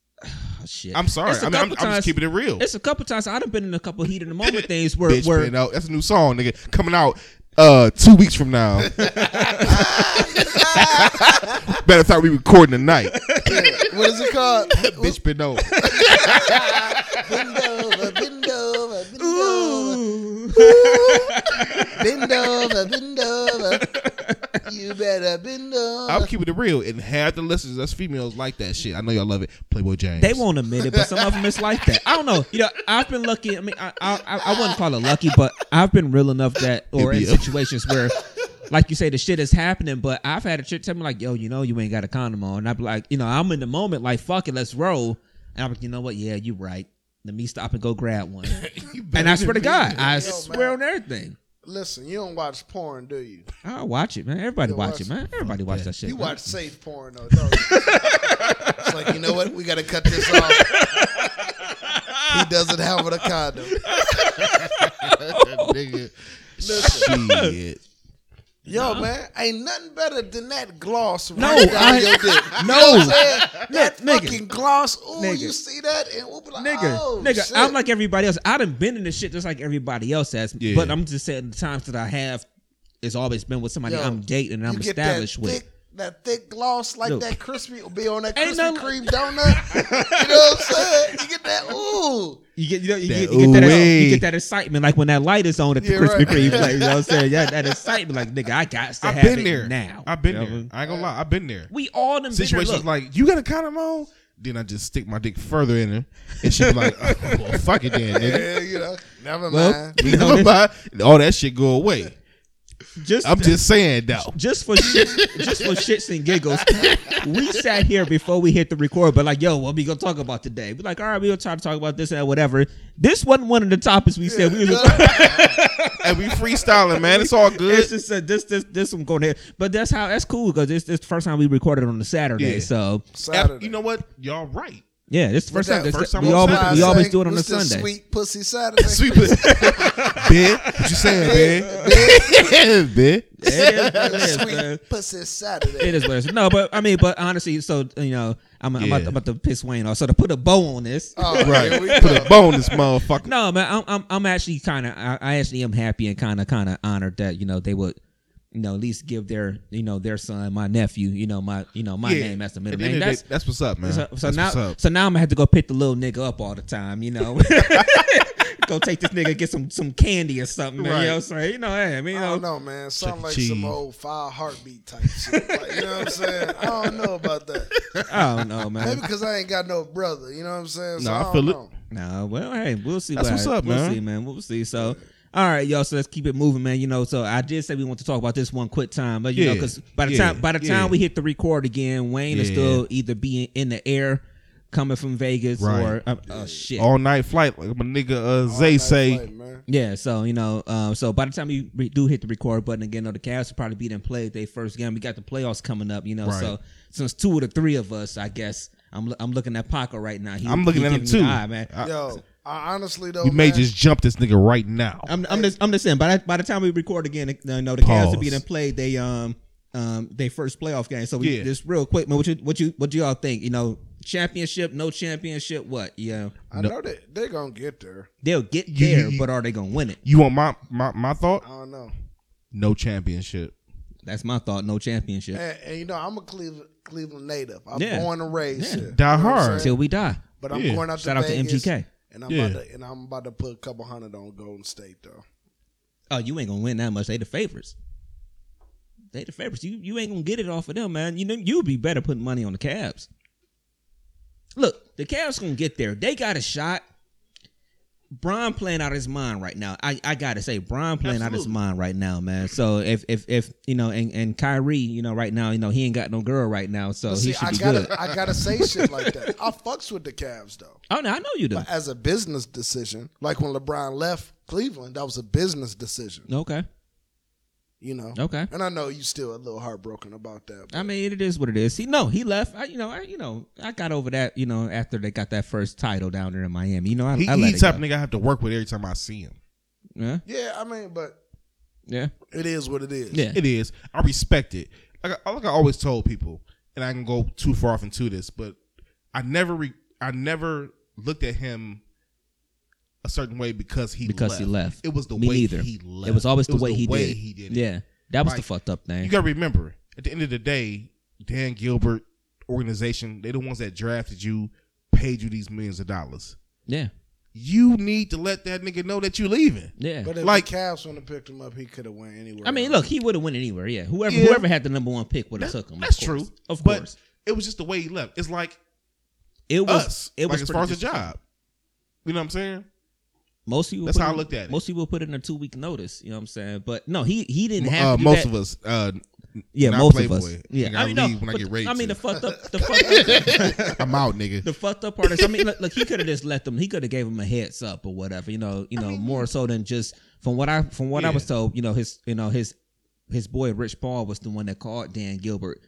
A: <sighs> shit.
B: I'm sorry.
A: It's a
B: I mean, I'm, I'm
A: couple
B: just
A: times-
B: keeping it real.
A: It's a couple times I've been in a couple heat in the
B: <laughs>
A: moment things where
B: Bitch,
A: where
B: bend out. That's a new song, nigga, coming out uh two weeks from
A: <laughs>
B: now. Better thought we recording tonight.
A: <laughs>
C: Yeah, what is it called?
B: bitch, bend over.
C: Bend over, bend over, bend over,
B: <laughs>
C: bend over, bend over. You better bend over.
B: I'm keeping it real, and half the listeners, us females, like that shit. I know y'all love it. Playboy James.
A: They won't admit it, but some of them it's like that. I don't know. You know, I've been lucky. I mean, I I, I, I wouldn't call it lucky, but I've been real enough that, or in
B: Yeah.
A: situations where, like you say, the shit is happening. But I've had a chick tell me like, "Yo, you know, you ain't got a condom on," and i be like, "You know, I'm in the moment. Like, fuck it, let's roll." And I'm like, "You know what? Yeah, you right. Let me stop and go grab
C: <laughs>
A: one."
B: You better
A: and I swear to
B: be-
A: God, I
C: Yo,
A: swear
C: man.
A: on everything.
C: Listen, you don't watch porn, do you?
A: I watch it, man. Everybody
C: Yo,
A: watch
C: watch
A: it, man. Everybody watch that shit.
C: You
A: man.
C: watch safe porn though. Don't you? it's like you know what? We gotta cut this off. he doesn't have a condom.
B: <laughs> nigga.
C: Listen.
B: Shit.
C: Yo, man, ain't nothing better than that
A: <laughs>
C: gloss
A: No,
C: right down
A: I-
C: your dick.
A: no.
C: You know what I'm saying? that
A: nigga.
C: fucking gloss. Ooh,
A: Nigga.
C: you see that? And we'll be like,
A: Nigga,
C: oh,
A: nigga,
C: shit.
A: I'm like everybody else. I done been in this shit just like everybody else has.
B: Yeah.
A: But I'm just saying the times that I have it's always been with somebody
C: Yo,
A: I'm dating and I'm
C: You get
A: established
C: that
A: with.
C: Thick, that thick gloss like
A: Look.
C: that crispy be on that
A: Ain't
C: Krispy
A: nothing-
C: Kreme donut. <laughs> you know what I'm saying? You get that ooh.
A: You get you, know, you,
B: That
A: get, you get that
B: ooh-wee.
A: you get that excitement like when that light is on at the
C: Yeah,
A: Krispy
C: right.
A: Kreme place. You know what I'm saying? Yeah,
B: <laughs>
A: that excitement like nigga, I got to
B: I've
A: have
B: been
A: it
B: there
A: now.
B: I've been
A: You know what I
B: there.
A: mean?
B: I ain't gonna lie. I've been there.
A: We all done been there.
B: Situations
A: Look,
B: like you got a condom on, then I just stick my dick further in her, and she be like, <laughs> oh, well, "Fuck it, then, nigga."
C: Yeah, you know, never
A: Well,
C: mind.
A: <laughs> you know,
B: Never mind. All that shit go away.
A: just
B: I'm just saying though.
A: just for just for shits and giggles, we sat here before we hit the record. But like, yo, what we gonna talk about today? We like, all right, we gonna try to talk about this and that, whatever. This wasn't one of the topics we said. We was just,
B: And we freestyling, man. It's all good.
A: it's just uh, this this this one going there. But that's how that's cool because this this the first time we recorded on a Saturday.
B: Yeah.
A: So
C: Saturday.
B: You know what? Y'all right.
A: yeah, this the
C: But
A: first
C: that
A: time. this-
B: first time
A: we
B: on
A: always
B: Saturday-
A: we always
C: say,
A: do it on a
C: what's this
A: Sunday.
C: Sweet pussy Saturday.
B: Sweet pussy. <laughs> Ben, what you saying, Ben? <laughs> ben.
A: It is, what it is, man.
C: Sweet pussy Saturday.
A: It is what it is. No, but I mean, but honestly, so you know, I'm, I'm, about, I'm
B: Yeah.
A: about to piss Wayne off. So to put a bow on this,
C: Oh,
B: Right.
C: Here we
B: Put
C: go.
B: a bone in this motherfucker.
A: No, man, I'm I'm, I'm actually kind of I, I actually am happy and kind of kind of honored that you know they would you know at least give their you know their son my nephew you know my you know my
B: Yeah.
A: name as the
B: At
A: middle
B: the end
A: name.
B: of the
A: That's
B: day, that's what's up, man.
A: so, so
B: that's what's
A: now
B: up.
A: so now I'm gonna have to go pick the little nigga up all the time. You know, <laughs> go take this nigga get some some candy or something. Man,
B: Right.
A: You know, so you know, hey, I mean, you
C: I don't
A: know,
C: know, man. Sound
B: E.
C: like
B: Cheese.
C: some old fire heartbeat type shit. Like, you know what I'm saying? I don't know about that.
A: <laughs> I don't know,
C: Maybe
A: man.
C: because I ain't got no brother. You know what I'm saying? So
B: Nah, I
C: don't
B: feel it.
C: know.
A: Nah, well, hey, we'll see.
B: That's
A: what
B: what's
A: I-
B: up,
A: we'll
B: man.
A: see, man. We'll see. So, all right, y'all. So let's keep it moving, man. You know, so I did say we want to talk about this one quick time, but you know,
B: Yeah,
A: because by the
B: yeah,
A: time by the time
B: yeah.
A: we hit the record again, Wayne is
B: Yeah.
A: still either being in the air, coming from Vegas,
B: Right.
A: or uh, oh shit.
B: All night flight, like my nigga uh, Zay
C: Nice
B: say.
C: play, man.
A: yeah, so you know, um, so by the time you re- do hit the record button again, though, the Cavs will probably be done played their first game. We got the playoffs coming up, you know.
B: Right.
A: So since two of the three of us, I guess I'm lo- I'm looking at Paco right now. He-
B: I'm looking
A: he
B: at him
A: giving me
B: too.
A: the eye, man.
B: I-
C: Yo, I honestly though,
B: we may
C: man,
B: just jump this nigga right now.
A: I'm, I'm just I'm just saying. By the, by the time we record again, you know the Cavs
B: Pause.
A: to be done played they um um they first playoff game. So we
B: Yeah.
A: just real quick, man. What you what you what you all think? You know, championship, no championship, what? Yeah,
C: I
B: No.
C: know that they're gonna get there.
A: they'll get
B: You-
A: there,
B: you-
A: but are they gonna win it?
B: You want my, my my thought?
C: I don't know.
B: No championship.
A: That's my thought. No championship
C: And, and you know, I'm a Cleveland, Cleveland native. I'm
A: Yeah.
C: born and raised
A: Yeah.
C: here. You
B: Die
C: know what I'm
B: hard.
C: saying?
A: until we die.
C: But I'm
B: Yeah.
C: going out
A: Shout
C: to
A: out to
C: Vegas,
A: MGK.
C: And I'm
B: Yeah.
C: about to and I'm about to put a couple hundred on Golden State though.
A: Oh, you ain't gonna win that much. They the favorites. They the favorites. You you ain't gonna get it off of them, man. You know you'd be better putting money on the Cavs. Look, the Cavs gonna get there. They got a shot. Bron playing out his mind right now. I, I gotta say, Bron playing out his
B: Absolutely.
A: mind right now, man. So if if if you know, and and Kyrie, you know, right now, you know, he ain't got no girl right now, so
C: But
A: Oh, he
C: see,
A: should
C: I
A: be
C: gotta <laughs>
A: good.
C: I gotta say shit like that. I fucks with the Cavs though.
A: Oh no, I know you do.
C: But as a business decision, like when LeBron left Cleveland, that was a business decision.
A: Okay,
C: You know?
A: okay.
C: And I know you still a little heartbroken about that. but-
A: I mean, it is what it is. He no, he left. I, you know, I, you know, I got over that. You know, after they got that first title down there in Miami. You know, I,
B: He,
A: I
B: he
A: let it
B: type
A: go.
B: nigga I have to work with every time I see him.
A: Yeah,
C: Yeah, I mean, but
A: yeah,
C: it is what it is.
A: yeah.
B: It is. I respect it. Like I, like I always told people, and I can go too far off into this, but I never re, I never looked at him a certain way because he
A: because
B: left.
A: he left.
B: It was the
A: Me
B: way
A: neither.
B: he left.
A: It was always the way he did.
B: did it.
A: Yeah, that was the
B: Like,
A: fucked up
B: You
A: thing.
B: gotta remember, at the end of the day, Dan Gilbert organization, they the ones that drafted you, paid you these millions of dollars.
A: Yeah,
B: You need to let that nigga know that you leaving.
A: yeah.
C: But if
B: Like-
C: the Cavs wouldn't have picked him up, he could have went anywhere.
A: I mean,
C: else.
A: look, he would have went anywhere. Yeah, whoever
B: Yeah.
A: whoever had the number one pick would have took him. of
B: That's
A: course.
B: true.
A: of
B: but
A: course.
B: It was just the way he left. It's like
A: It was.
B: us.
A: It was
B: like as far as
A: pretty
B: a job. You know what I'm saying?
A: Most people.
B: That's
A: put
B: how I
A: in-
B: looked at it.
A: Most people put in a two week notice. You know what I'm saying? But no, he he didn't have
B: Uh,
A: to do
B: most
A: that.
B: of us. Uh,
A: Yeah,
B: when I
A: most
B: play
A: of us.
B: boy, nigga,
A: Yeah,
B: I
A: I mean, no,
B: leave when I
A: but
B: get ready
A: I mean,
B: to.
A: the fucked up.
B: <laughs>
A: The fucked up.
B: uh, I'm out, nigga.
A: The fucked up part is, I mean, look, look he could have just let them. He could have gave him a heads up or whatever. You know, you know, more so than just from what I from what I
B: Yeah.
A: was told. You know, his you know his his boy Rich Paul was the one that called Dan Gilbert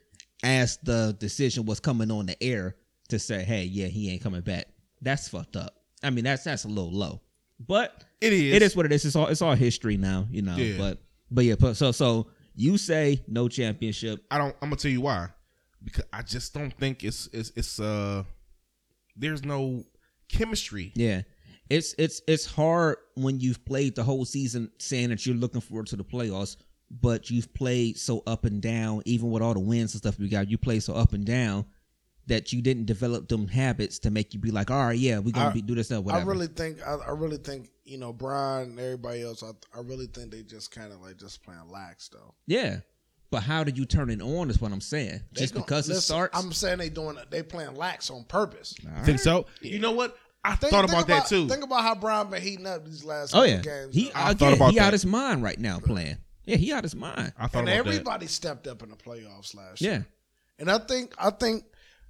A: as the decision was coming on the air to say, hey, yeah, he ain't coming back. That's fucked up. I mean, that's that's a little low, but
B: It is.
A: it is what it is. It's all it's all history now, you know.
B: Yeah.
A: But but yeah, but so so You say no championship.
B: I don't. I'm gonna tell you why. Because I just don't think it's it's it's uh there's no chemistry.
A: Yeah. It's it's it's hard when you've played the whole season saying that you're looking forward to the playoffs, but you've played so up and down, even with all the wins and stuff we got, you played so up and down that you didn't develop them habits to make you be like, all right, yeah, we're gonna
C: I-
A: be, do this stuff, whatever.
C: I really think I, I really think you know Brian and everybody else. I, I really think they just kind of like just playing lax though.
A: yeah. But how do you turn it on is what I'm saying.
C: They
A: Just
C: gon-
A: because it
C: listen,
A: starts
C: I'm saying they doing they playing lax on purpose.
B: Think so? You know what? I
C: Think-
B: thought
C: think
B: about, that too.
C: Think about how Brian been heating up these last
A: Oh
C: couple
A: yeah,
C: games.
A: he
C: though.
B: I
A: I
B: thought about
A: he
B: that.
A: out his mind right now playing. Yeah, he out his mind.
B: I thought
C: and
B: about that.
C: everybody stepped up in the playoffs last year.
A: Yeah,
C: And I think I think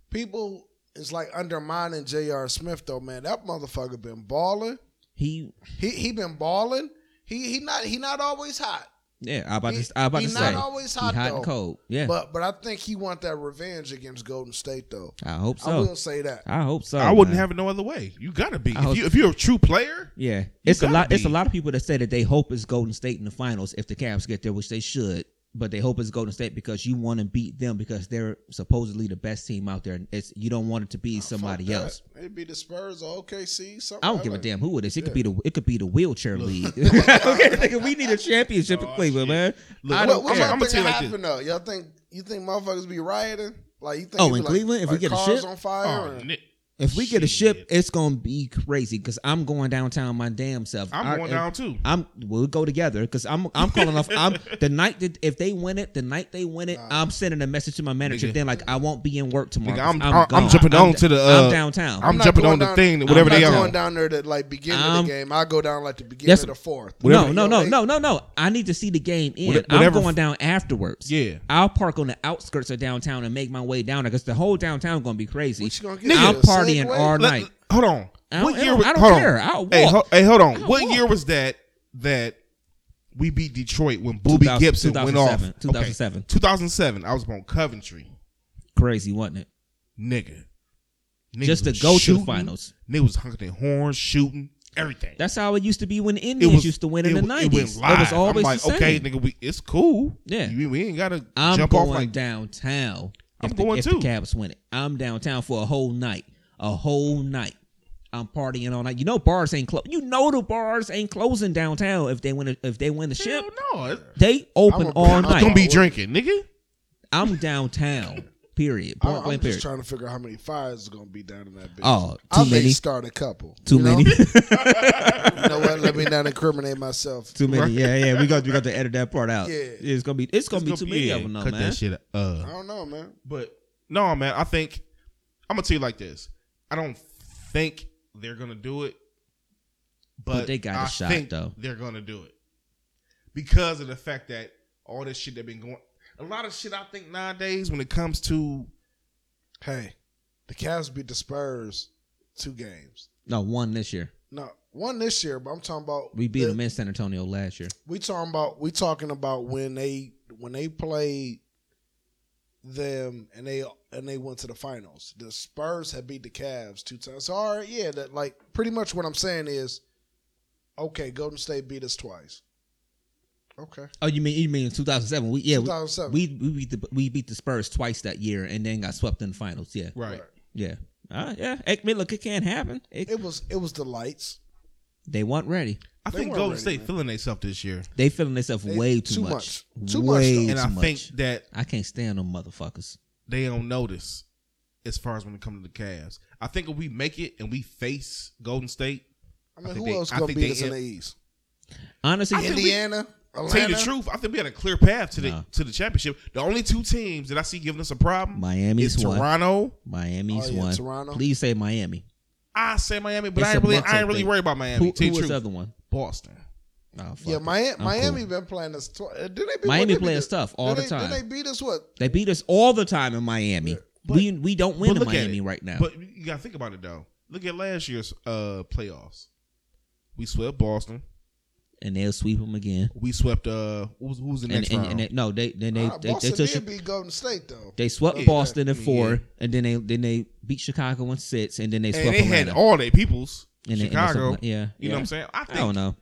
C: people is like undermining J.R. Smith though, man. That motherfucker been balling.
A: he
C: He he been balling. He he not he not always hot.
A: yeah. I about
C: He-
A: to I about
C: he
A: to
C: not
A: say
C: always
A: he
C: hot,
A: hot
C: though.
A: and cold. <laughs> Yeah,
C: But but I think he want that revenge against Golden State though.
A: I hope
C: I
A: so.
C: will say that.
A: I, hope so.
B: I wouldn't
A: Oh, man.
B: have it no other way. You gotta be.
A: I
B: If,
A: was-
B: you, if you're a true player,
A: Yeah, it's a
B: gotta
A: lot. It's a
B: be.
A: lot of people that say that they hope it's Golden State in the finals if the Cavs get there, which they should. But they hope it's Golden State because you want to beat them because they're supposedly the best team out there. And It's you don't want it to
B: Oh,
A: be somebody
C: Fuck that.
A: else.
C: It'd be the Spurs or OKC. Something
A: I don't
C: like
A: give a
C: that.
A: damn who it is. It could be the it could be the wheelchair
B: <laughs>
A: league. <laughs> okay, nigga, we need a championship in Cleveland, man.
B: Look,
A: I
B: look,
A: don't
C: What, what
A: care.
B: I'm gonna
C: y'all think
B: tell you like
C: happen
B: this.
C: though? Y'all think you think motherfuckers be rioting? Like you think?
A: Oh,
C: it'd be
A: in
C: like-
A: Cleveland, if we
C: like
A: get a
C: cars
A: ship?
C: on fire.
B: Oh,
C: and-
B: Nick.
A: If we get a ship,
B: Shit.
A: it's gonna be crazy because I'm going downtown my damn self.
B: I'm
A: I-
B: going down too.
A: I'm we'll go together because I'm I'm calling off.
B: <laughs>
A: I'm the night that if they win it, the night they win it, I'm sending a message to my manager.
B: Nigga.
A: Then like I won't be in work tomorrow.
B: Nigga,
A: 'cause
B: I'm- I'm
A: gone.
B: jumping
A: I'm
B: on
A: d-
B: to the, uh,
A: I'm downtown.
B: I'm
C: not
B: jumping
C: going
B: on the
C: down-
B: thing, whatever
A: I'm
B: they
C: not
B: on.
C: going down there to like beginning
A: Um,
C: of the game. I go down like the beginning
A: that's-
C: of the fourth.
A: no,
B: whatever-
A: no, no,
C: Yo,
A: no, no, no. I need to see the game end.
B: Whate- whatever-
A: I'm going down afterwards.
B: Yeah.
A: I'll park on the outskirts of downtown and make my way down because the whole downtown gonna be crazy.
C: What you gonna get
A: I'm
C: to, a
A: partying
C: Segway?
A: all
B: Let-
A: night.
B: Hold on.
A: I don't-
B: What
A: I
B: year?
A: don't-
B: was-
A: I don't
B: hold on.
A: care. I'll
B: Hey,
A: walk.
B: ho- hey, hold on.
A: I'll
B: What
A: walk.
B: year was that? That we beat Detroit when Booby
A: 2000
B: Gibson went off.
A: 2007, 2007.
B: Two thousand seven. I was on Coventry,
A: Crazy, wasn't it?
B: nigga. Niggas
A: Just to
B: was
A: go to the
B: shooting.
A: finals.
B: Niggas was honking their horns, shooting everything.
A: That's how it used to be when Indians used to win in
B: it
A: the
B: wa- It,
A: nineties.
B: went
A: It,
B: live.
A: was always
B: I'm like,
A: the same.
B: okay, nigga, we, it's cool.
A: Yeah.
B: we, we ain't gotta
A: I'm
B: jump
A: going
B: off like
A: downtown.
B: I'm
A: if the,
B: going
A: if
B: too.
A: the Cavs win it, I'm downtown for a whole night. A whole night. I'm partying all night. You know bars ain't close. You know the bars ain't closing downtown if they win. A, if they win the ship,
B: Hell no, it's
A: they
C: I'm
A: open
C: a-
A: all
C: I'm
A: night.
B: gonna be drinking,
A: <laughs>
B: nigga.
A: I'm downtown. Period.
C: I,
A: Point
C: I'm
A: blank.
C: just
A: Period.
C: trying to figure out how many fires is gonna be down in that bitch.
A: Oh,
C: I
A: too
C: may
A: many.
C: start a couple.
A: Too
C: you know? <laughs>
A: many.
C: you know what? Let me not incriminate
A: <laughs>
C: myself.
A: too many. Yeah, yeah. We got. We got to edit that part out.
C: Yeah.
A: It's gonna be. It's gonna be too many
B: yeah,
A: of them, though,
B: Cut
A: man.
B: that shit. Uh,
C: I don't know, man.
B: But no, man, I think I'm gonna tell you like this. I don't think they're gonna do it, but,
A: they got a
B: I
A: shot,
B: think
A: though.
B: They're gonna do it because of the fact that all this shit they've been going. A lot of shit I think nowadays when it comes to
C: Hey, the Cavs beat the Spurs two games.
A: No one this year.
C: No, one this year, but I'm talking about
A: We beat
C: the-
A: them in San Antonio last year.
C: we talking about we talking about when they when they played them and they and they went to the finals. The Spurs had beat the Cavs two times. So all right, yeah, that like pretty much what I'm saying is, okay, Golden State beat us twice. Okay,
A: Oh, you mean you mean 2007? We yeah, we-
C: 2007.
A: we we beat the we beat the Spurs twice that year and then got swept in the finals. Yeah,
B: right.
A: yeah, uh, yeah. I mean, look, it can't happen. It-
C: it was it was the lights.
A: they weren't ready.
B: I
C: They
B: think
C: weren't
B: Golden
C: ready,
B: State
C: man.
B: feeling themselves this year,
A: They feeling themselves
C: They-
A: way too,
C: too
A: much.
C: much. Too much,
A: way
C: though.
B: and I
A: too
B: think
A: much.
B: that
A: I can't stand them motherfuckers.
B: they don't notice as far as when it comes to the Cavs. I think if we make it and we face Golden State,
C: I mean,
B: I think
C: who
B: they-
C: else
B: I
C: gonna
B: think
C: beat
B: they
C: us in
B: in-
C: the East?
A: Honestly,
B: I think we-
C: Indiana, Atlanta.
B: Tell you the truth, I think we had a clear path to the
A: Nah.
B: to the championship. The only two teams that I see giving us a problem
A: Miami's
B: is
A: one.
B: Toronto.
A: Miami's
C: Oh, yeah,
A: one.
C: Toronto.
A: Please say Miami.
B: I say Miami, but
A: It's
B: I ain't
A: a
B: really
A: mental
B: I ain't really
A: thing.
B: worried about Miami.
A: Who,
B: Tell you
A: who
B: the
A: was the
B: truth,
A: other one?
B: Boston.
A: Oh, fuck
C: Yeah,
A: it.
C: Miami.
A: I'm cool.
C: Miami been playing us. Tw- did they beat,
A: Miami
C: what they
A: play
C: beat
A: us
C: us-
A: tough all
C: did
A: the
C: they-
A: time.
C: Did they beat us what?
A: They beat us all the time in Miami.
B: but-
A: we we don't win
B: But
A: in
B: look at
A: Miami
B: it.
A: right now.
B: But you gotta think about it though. Look at last year's uh playoffs. We swept Boston.
A: and they'll sweep them again.
B: We swept uh who was, who was the
A: And,
B: next
A: and,
B: round?
A: and they, no, they then they,
C: Ah,
A: they, they
C: Boston
A: took
C: did
A: Chi-
C: beat Golden State though.
A: They swept
C: Yeah.
A: Boston in four,
B: Yeah.
A: and then they then they beat Chicago in six, and then they swept
B: And they had
A: Atlanta.
B: all their peoples.
A: and they- and they swept
B: Chicago.
A: Atla- yeah,
B: You know what I'm saying? I
A: I
B: think
A: don't know.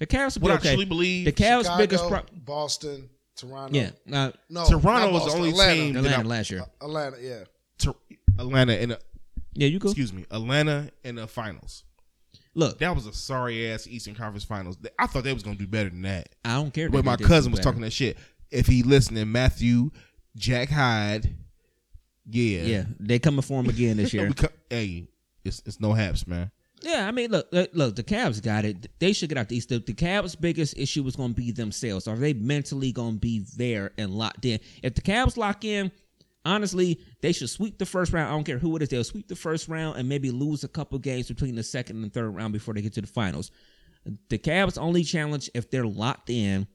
A: The Cavs will
B: what
A: be
B: I
A: okay.
B: truly believe
A: The Cavs'
C: Chicago,
A: biggest pro-
C: Boston, Toronto.
A: Yeah, uh,
C: No,
B: Toronto
C: not
B: was the
C: Boston,
B: only
C: Atlanta.
B: team that
A: Atlanta
B: I- uh,
A: last year.
C: Atlanta, yeah.
B: Tor- Atlanta in a,
A: Yeah, you go.
B: excuse me, Atlanta in the finals.
A: Look,
B: That was a sorry ass Eastern Conference Finals. I thought they was gonna do better than that.
A: I don't care.
B: But
A: that
B: my
A: they did
B: cousin
A: do
B: was
A: better.
B: talking that shit. If he listening, Matthew, Jack Hyde, yeah,
A: Yeah, they coming for him again
B: <laughs>
A: this year.
B: Beca- hey, it's it's no haps, man.
A: Yeah, I mean, look, look, look, the Cavs got it. They should get out the East. The, the Cavs' biggest issue was going to be themselves. Are they mentally going to be there and locked in? If the Cavs lock in, honestly, they should sweep the first round. I don't care who it is. They'll sweep the first round and maybe lose a couple games between the second and third round before they get to the finals. The Cavs' only challenge, if they're locked in,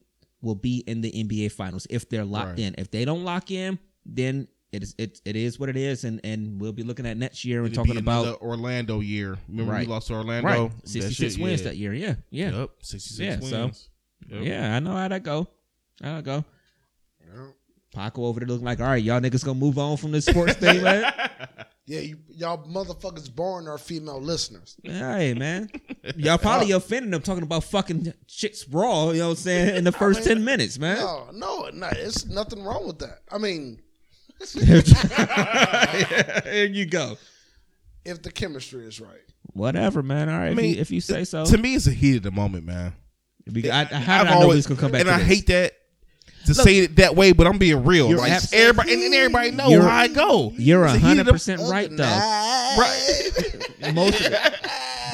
A: will be in the NBA Finals. If they're locked
B: Right.
A: in, if they don't lock in, then it is it, it is what it is, and and we'll be looking at next year and
B: It'd
A: talking
B: be
A: about
B: another Orlando year. Remember
A: Right.
B: we lost to Orlando?
A: Right.
B: That
A: 66
B: shit,
A: wins
B: yeah.
A: that year. Yeah. Yeah.
B: Yep, 66
A: Yeah,
B: wins.
A: so-
B: Yep.
A: Yeah. I know how that go. How that go.
C: Yeah.
A: Paco over there looking like, all right, y'all niggas gonna move on from this sports
B: <laughs>
A: thing, man.
C: Yeah, you, y'all motherfuckers born our female listeners.
A: hey, man. Y'all probably offending them talking about fucking chicks raw, you know what I'm saying, in the first 10 minutes, man. <laughs>
C: No, no, no, it's nothing wrong with that. I mean,
A: There you go.
C: if the chemistry is right.
A: Whatever, man. All right. if,
B: mean,
A: you, if you say so.
B: To me, it's a heat of the moment, man.
A: Be- I, I- how
B: I've
A: did I know
B: always-
A: this gonna come back
B: And
A: to
B: I
A: this?
B: hate that to say it that way, but I'm being real.
A: You're
B: Like
A: abs-
B: everybody, and, and everybody know
A: You're-
B: how I go.
A: You're
B: It's a heat of the-
A: 100% right,
C: Other
A: though.
C: night.
A: Most
B: <laughs>
A: of it.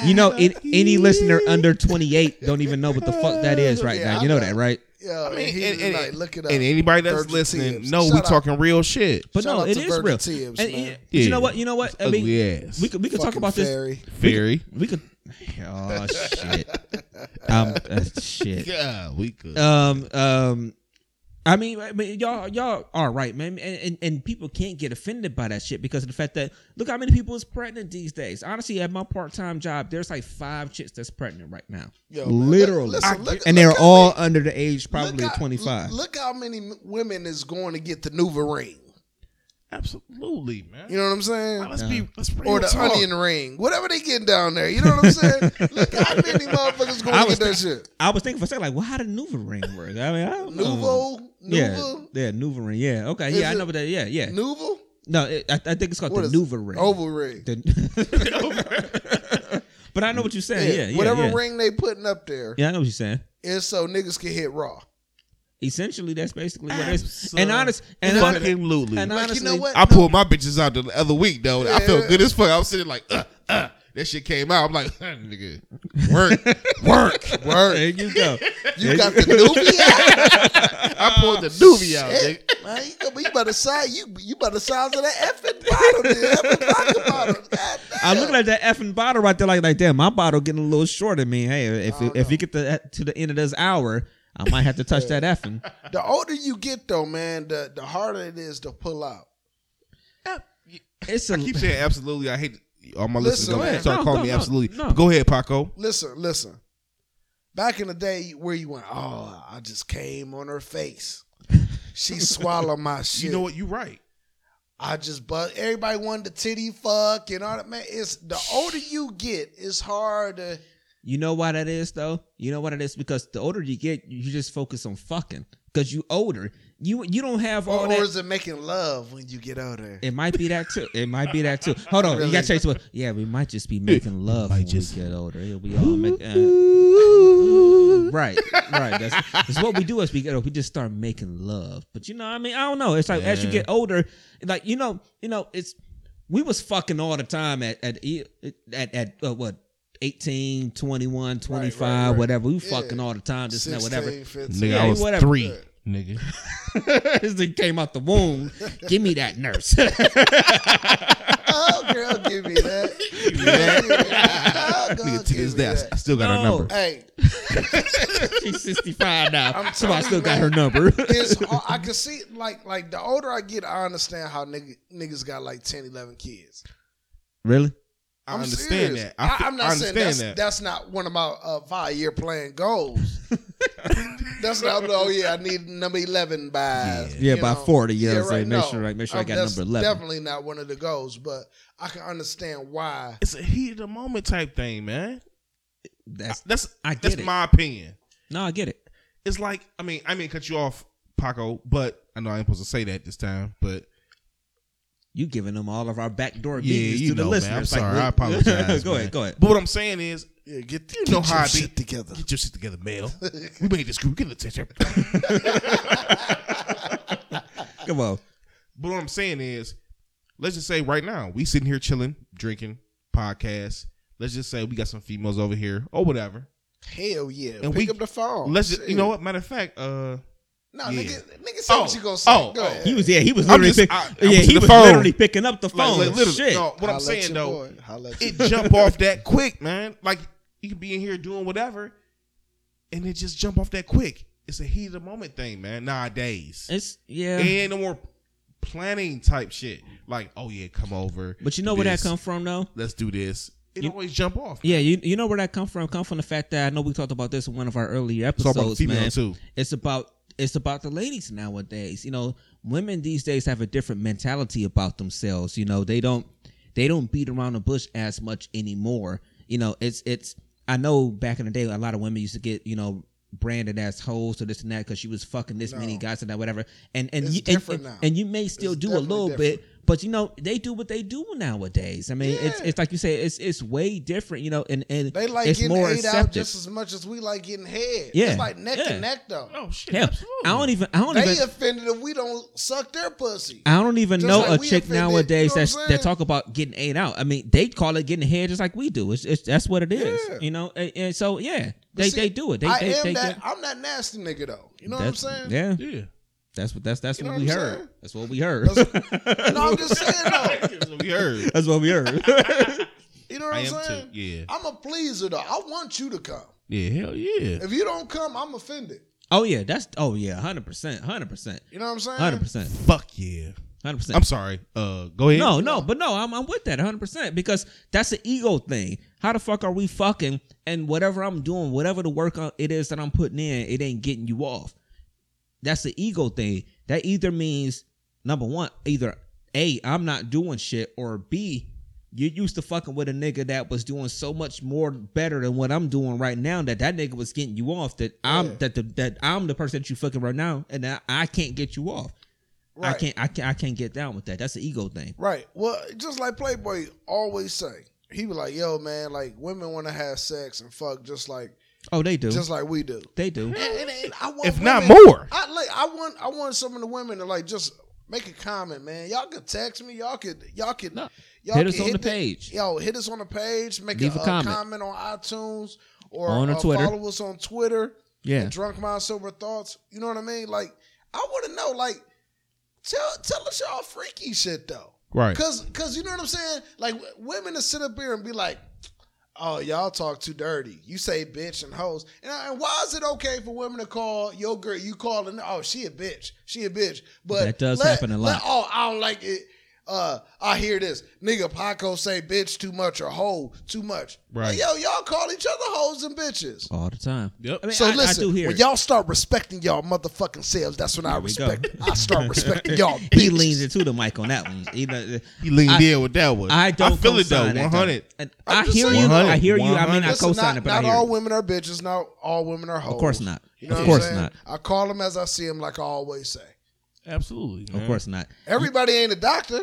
A: You know, in, any listener under 28 don't even know what the fuck that is right
C: Yeah,
A: now.
C: I
A: You know
C: know.
A: that, right?
C: <laughs> Yeah,
B: I mean,
C: he
B: and-
C: was
B: and-
C: like, look it up.
B: And anybody that's
C: Virgin
B: listening,
C: Tibbs.
B: no,
C: Shout
B: we
C: out.
B: talking real shit.
A: But
C: Shout
A: no,
C: out
A: it
C: to
A: is
C: Virgin
A: real.
C: Tibbs,
A: And-
C: man.
A: and- You know
B: Yeah.
A: what? You know what? I
B: Ugly
A: mean,
B: ass.
A: we could we could talk
C: Fucking
A: about this.
C: fairy.
B: Fairy.
A: We could.
C: <laughs>
A: Oh shit. Um. uh, shit.
B: Yeah, we could.
A: Um. Um. I mean, I mean, y'all, y'all are right, man, and, and and people can't get offended by that shit because of the fact that look how many people is pregnant these days. Honestly, at my part time job, there's like five chicks that's pregnant right now,
C: Yo, man, look-
A: literally,
C: listen, look-
A: and
C: look
A: they're
C: how
A: all
C: many-
A: under the age
C: look
A: probably
C: how-
A: twenty five.
C: Look how many m- women is going to get the Nuva ring.
B: Absolutely, man.
C: You know what I'm saying?
B: Let's be let's be
C: or
B: real
C: the
B: talk.
C: onion ring, whatever they getting down there. You know what
A: <laughs>
C: I'm saying? Look how many motherfuckers
A: I
C: going to
A: was
C: get that shit.
A: I was thinking for a second, like, well, how did Nuva ring work? I mean, I don't know.
C: Nuvo, Nuvo,
A: um, Yeah, yeah, Nuva ring. Yeah, okay,
C: Is
A: yeah, I
C: it-
A: know what that. Yeah, yeah.
C: Nuvo,
A: No, it, I, I think it's called
C: What
A: the
C: is-
A: Nuva ring.
C: oval ring. <laughs>
A: The- <laughs> but I know what you're saying. Yeah, yeah,
C: whatever
A: yeah.
C: ring they putting up there
A: Yeah, I know what you're saying.
C: is so niggas can hit raw.
A: Essentially, that's basically what it is. And honest, and hon-
C: <laughs>
B: Absolutely.
A: and
C: Like,
A: honestly,
C: you know what?
B: I pulled my bitches out the other week though. I
C: Yeah.
B: felt good as fuck. I was sitting like, uh, uh. That shit came out. I'm like, <laughs> nigga, work, work,
A: there <laughs>
B: work.
A: you go.
C: You got the
A: <laughs>
C: <laughs> Nubia,
B: I pulled the doobie out. nigga.
C: man. You, go- but you about the size you you about the size of that effing bottle, that effing vodka bottle. God damn.
A: I'm looking at that effing bottle right there, like, like, damn, my bottle getting a little short of me. Hey, if
C: I don't
A: if
C: know.
A: you get the, to the end of this hour, I might have to touch that
C: <laughs>
A: effing.
C: the older you get though, man, the the harder it is to pull out.
A: It's a
B: I keep saying absolutely. I hate all my listeners
C: Listen,
B: gonna
C: man.
B: start
A: No,
B: calling
A: no,
B: me
A: no,
B: absolutely.
A: no.
B: Go ahead, Paco.
C: Listen, listen. Back in the day, where you went, oh, I just came on her face.
B: <laughs>
C: She swallowed my shit.
B: You know what? You right.
C: I just but everybody wanted the titty fuck and all that. Man, it's the older you get, it's hard to.
A: You know why that is though? You know what it is because the older you get, you just focus on fucking because you older. You you don't have all
C: Or,
A: that.
C: or is it making love when you get older?
A: it might be that too. It might be that too. Hold on, you
C: Really?
A: got to change what? Yeah, we might just be making love when
B: just-
A: we get older. It'll be all make, uh, right, right. That's, that's what we do as we get older. We just start making love. But you know, I mean, I don't know. It's like as you
B: Yeah.
A: get older, like you know, you know, it's we was fucking all the time at at e- at, at uh, what 18, 21, 25,
C: right.
A: whatever. We
C: Yeah.
A: fucking all the time, just now, whatever.
C: 15.
B: Nigga,
A: Yeah,
B: I was
A: whatever.
B: three. Nigga,
A: <laughs> this thing came out the womb. Give me that nurse.
C: <laughs>
A: <laughs>
C: Oh, girl, give
B: <laughs>
C: me that.
B: me
C: <laughs> that. Oh, girl,
B: nigga, to
C: give
B: this
C: me
B: day, I s- I
C: that.
B: still got her
A: No.
B: number.
C: Hey,
A: She's sixty five now.
C: I'm
A: So I
C: telling
A: still
C: you,
A: got
C: man.
A: her number. <laughs>
C: it's
B: <laughs>
C: hard. I can see like like the older I get, I understand how nigga, niggas got like 10, 11 kids.
A: really?
B: I
C: I'm
B: understand
C: serious.
B: that. I,
C: I,
B: feel-
C: am not
B: I
C: saying
B: understand
C: that's,
B: that.
C: that's not one of my uh, five year plan goals. that's not. Oh yeah, I need number eleven by
A: Yeah,
C: you
A: by
C: know.
A: 40, yeah, so
C: right, Oh,
A: make sure, like, make sure I got
C: that's
A: number 11.
C: Definitely not one of the goals, but I can understand why.
B: <laughs> It's a heat of the moment type thing, man.
A: That's
B: That's
A: I get
B: that's
A: it.
B: my opinion.
A: no, I get it.
B: It's like I mean, I mean, cut you off Paco, but I know I ain't supposed to say that this time, but
A: You giving them all of our backdoor
B: Yeah,
A: business
B: you
A: to the
B: know, man. I'm
A: listeners.
B: sorry.
A: we-
B: I
A: <laughs>
B: apologize,
A: go
B: man.
A: ahead, go ahead.
B: but what I'm saying is,
C: Yeah, get,
B: You
C: get
B: know
C: your
B: how I be.
C: shit together.
B: get your shit together, male. we made this group. Get the attention.
A: Come on.
B: But what I'm saying is, let's just say right now we sitting here chilling, drinking, podcast. Let's just say we got some females over here or whatever.
C: Hell yeah.
B: And
C: Pick
B: we-
C: up the phone.
B: let's just, you
C: Shit.
B: know what? Matter of fact, uh,
C: No,
B: Yeah.
C: nigga, nigga, say
B: Oh,
C: what you gonna say.
B: oh,
C: Go
B: oh.
C: ahead.
A: He was yeah, he was
B: I'm
A: literally
B: just-
A: pick-
B: I- I
A: yeah,
B: was
A: he
B: the
A: was
B: phone.
A: literally picking up the
B: like,
A: phone.
B: like, literally,
A: Shit.
B: no, what I'm
C: Holla at
B: saying
C: your
B: though,
C: boy. Holla at
B: it <laughs>
C: your-
B: jump off that quick, man. Like you can be in here doing whatever, and it just jump off that quick. It's a heat of the moment thing, man. Nowadays,
A: It's yeah.
B: and no more planning type shit. Like, oh yeah, come over.
A: but you know
B: do
A: where that
B: this,
A: come from though?
B: Let's do this. It
A: You-
B: always jump off.
A: Yeah, you you know where that come from? Come from the fact that I know we talked about this in one of our earlier
B: It's all about the
A: episodes,
B: female
A: man.
B: too.
A: It's about it's about the ladies nowadays. You know, women these days have a different mentality about themselves. You know, they don't they don't beat around the bush as much anymore. You know, it's it's I know back in the day a lot of women used to get, you know, branded as hoes or this and that because she was fucking this many
C: No.
A: guys and that whatever. And and
C: It's
A: you and,
C: different
A: and-
C: now.
A: and you may still
C: It's
A: do a
C: definitely
A: little
C: different.
A: bit but you know they do what they do nowadays. I mean, it's
C: Yeah.
A: it's like you say, it's it's way different, you know, and and
C: They like
A: it's
C: getting
A: more
C: ate
A: accepted.
C: out just as much as we like getting head.
A: Yeah.
C: It's like neck
A: Yeah.
C: and neck though.
B: Oh shit!
A: Hell, I don't even I don't
C: They
A: even
C: offended if we don't suck their pussy.
A: I don't even
C: Just
A: know
C: like
A: a
C: we
A: chick
C: offended,
A: nowadays
C: you know what
A: that's,
C: I'm
A: that
C: saying?
A: talk about getting ate out. I mean, they call it getting hair just like we do. It's, it's that's what it is,
C: Yeah.
A: you know. And, and so yeah,
C: But
A: they
C: see,
A: they do it. They
C: I
A: they,
C: am
A: they
C: that.
A: get-
C: I'm that nasty nigga though. You know what I'm
A: that's-
C: saying?
A: Yeah,
B: Yeah.
A: that's what that's that's
C: You
A: what,
C: know
A: we
C: what I'm
A: heard.
C: saying?
A: That's what we heard. <laughs>
C: No, I'm just saying though.
B: That's what we <laughs> heard.
A: That's what we heard.
C: You know what
B: I
C: I'm
B: am
C: saying?
B: too. Yeah.
C: I'm a pleaser though. I want you to come.
B: Yeah. Hell yeah.
C: If you don't come, I'm offended.
A: oh yeah, that's oh yeah, hundred percent, hundred percent,
C: You know what I'm saying?
A: hundred percent,
B: Fuck yeah.
A: hundred percent.
B: I'm sorry. Uh, go ahead.
A: No, no, but no, I'm, I'm with that 100% because that's an ego thing. How the fuck are we fucking and whatever I'm doing, whatever the work I- it is that I'm putting in, it ain't getting you off. That's the ego thing. That either means number one, either A, I'm not doing shit, or B, you're used to fucking with a nigga that was doing so much more better than what I'm doing right now that that nigga was getting you off that I'm
C: Yeah.
A: that the that I'm the person that you fucking right now and that I can't get you off.
C: Right.
A: I can't I can't I can't get down with that. That's an ego thing.
C: Right. Well, just like Playboy always say, he was like, "Yo, man, like women want to have sex and fuck just like
A: Oh, they do.
C: just like we do."
A: They do.
C: And, and- and I want
B: If not
C: women-
B: more.
C: I like. I want. I want some of the women to like just make a comment, man. Y'all could text me. Y'all could. Y'all could.
A: No.
C: Y'all
A: Hit us
C: could
A: on the page.
C: Yo, hit us on the page. Make
A: Leave
C: a,
A: a
C: uh,
A: comment.
C: comment. on iTunes or
A: On
C: uh,
A: our Twitter.
C: follow us on Twitter.
A: Yeah.
C: Drunk Mind Sober Thoughts. You know what I mean? Like, I want to know. Like, tell tell us y'all freaky shit though.
B: Right.
C: Cause, cause you know what I'm saying. Like w- women to sit up here and be like, "Oh, y'all talk too dirty. You say bitch and hoes." And, I- and why is it okay for women to call your girl? You calling? Oh, she a bitch. She a bitch. But
A: That does happen a lot.
C: oh, I don't like it. Uh, I hear this nigga Paco say bitch too much or hoe too much.
B: Right.
C: yo, y'all call each other hoes and bitches.
A: All the time.
B: Yep.
A: I mean,
C: So
A: Oh, I,
C: listen,
A: I do hear.
C: when
A: it.
C: y'all start respecting y'all motherfucking selves, that's when I
A: There we go.
C: respect.
A: <laughs>
C: I start respecting y'all.
A: he
C: bitches.
A: leans into the mic on that one. He, know,
B: He leaned
A: I-
B: in with that one.
A: I don't
B: I feel it though.
A: co-sign that,
B: 100.
A: And
C: I'm
A: I
C: just
A: hear
C: saying,
A: you. I
B: 100,
A: hear you. I mean, I
B: Listen,
A: co-sign
C: not,
A: it, but
C: not
A: I hear.
C: all
A: you.
C: women are bitches. Not all women are hoes.
A: Of course not.
C: You know
A: of
C: what
A: course
C: I'm saying?
A: not.
C: I call them as I see them, like I always say.
B: Absolutely.
A: Of course not.
C: Everybody ain't a doctor.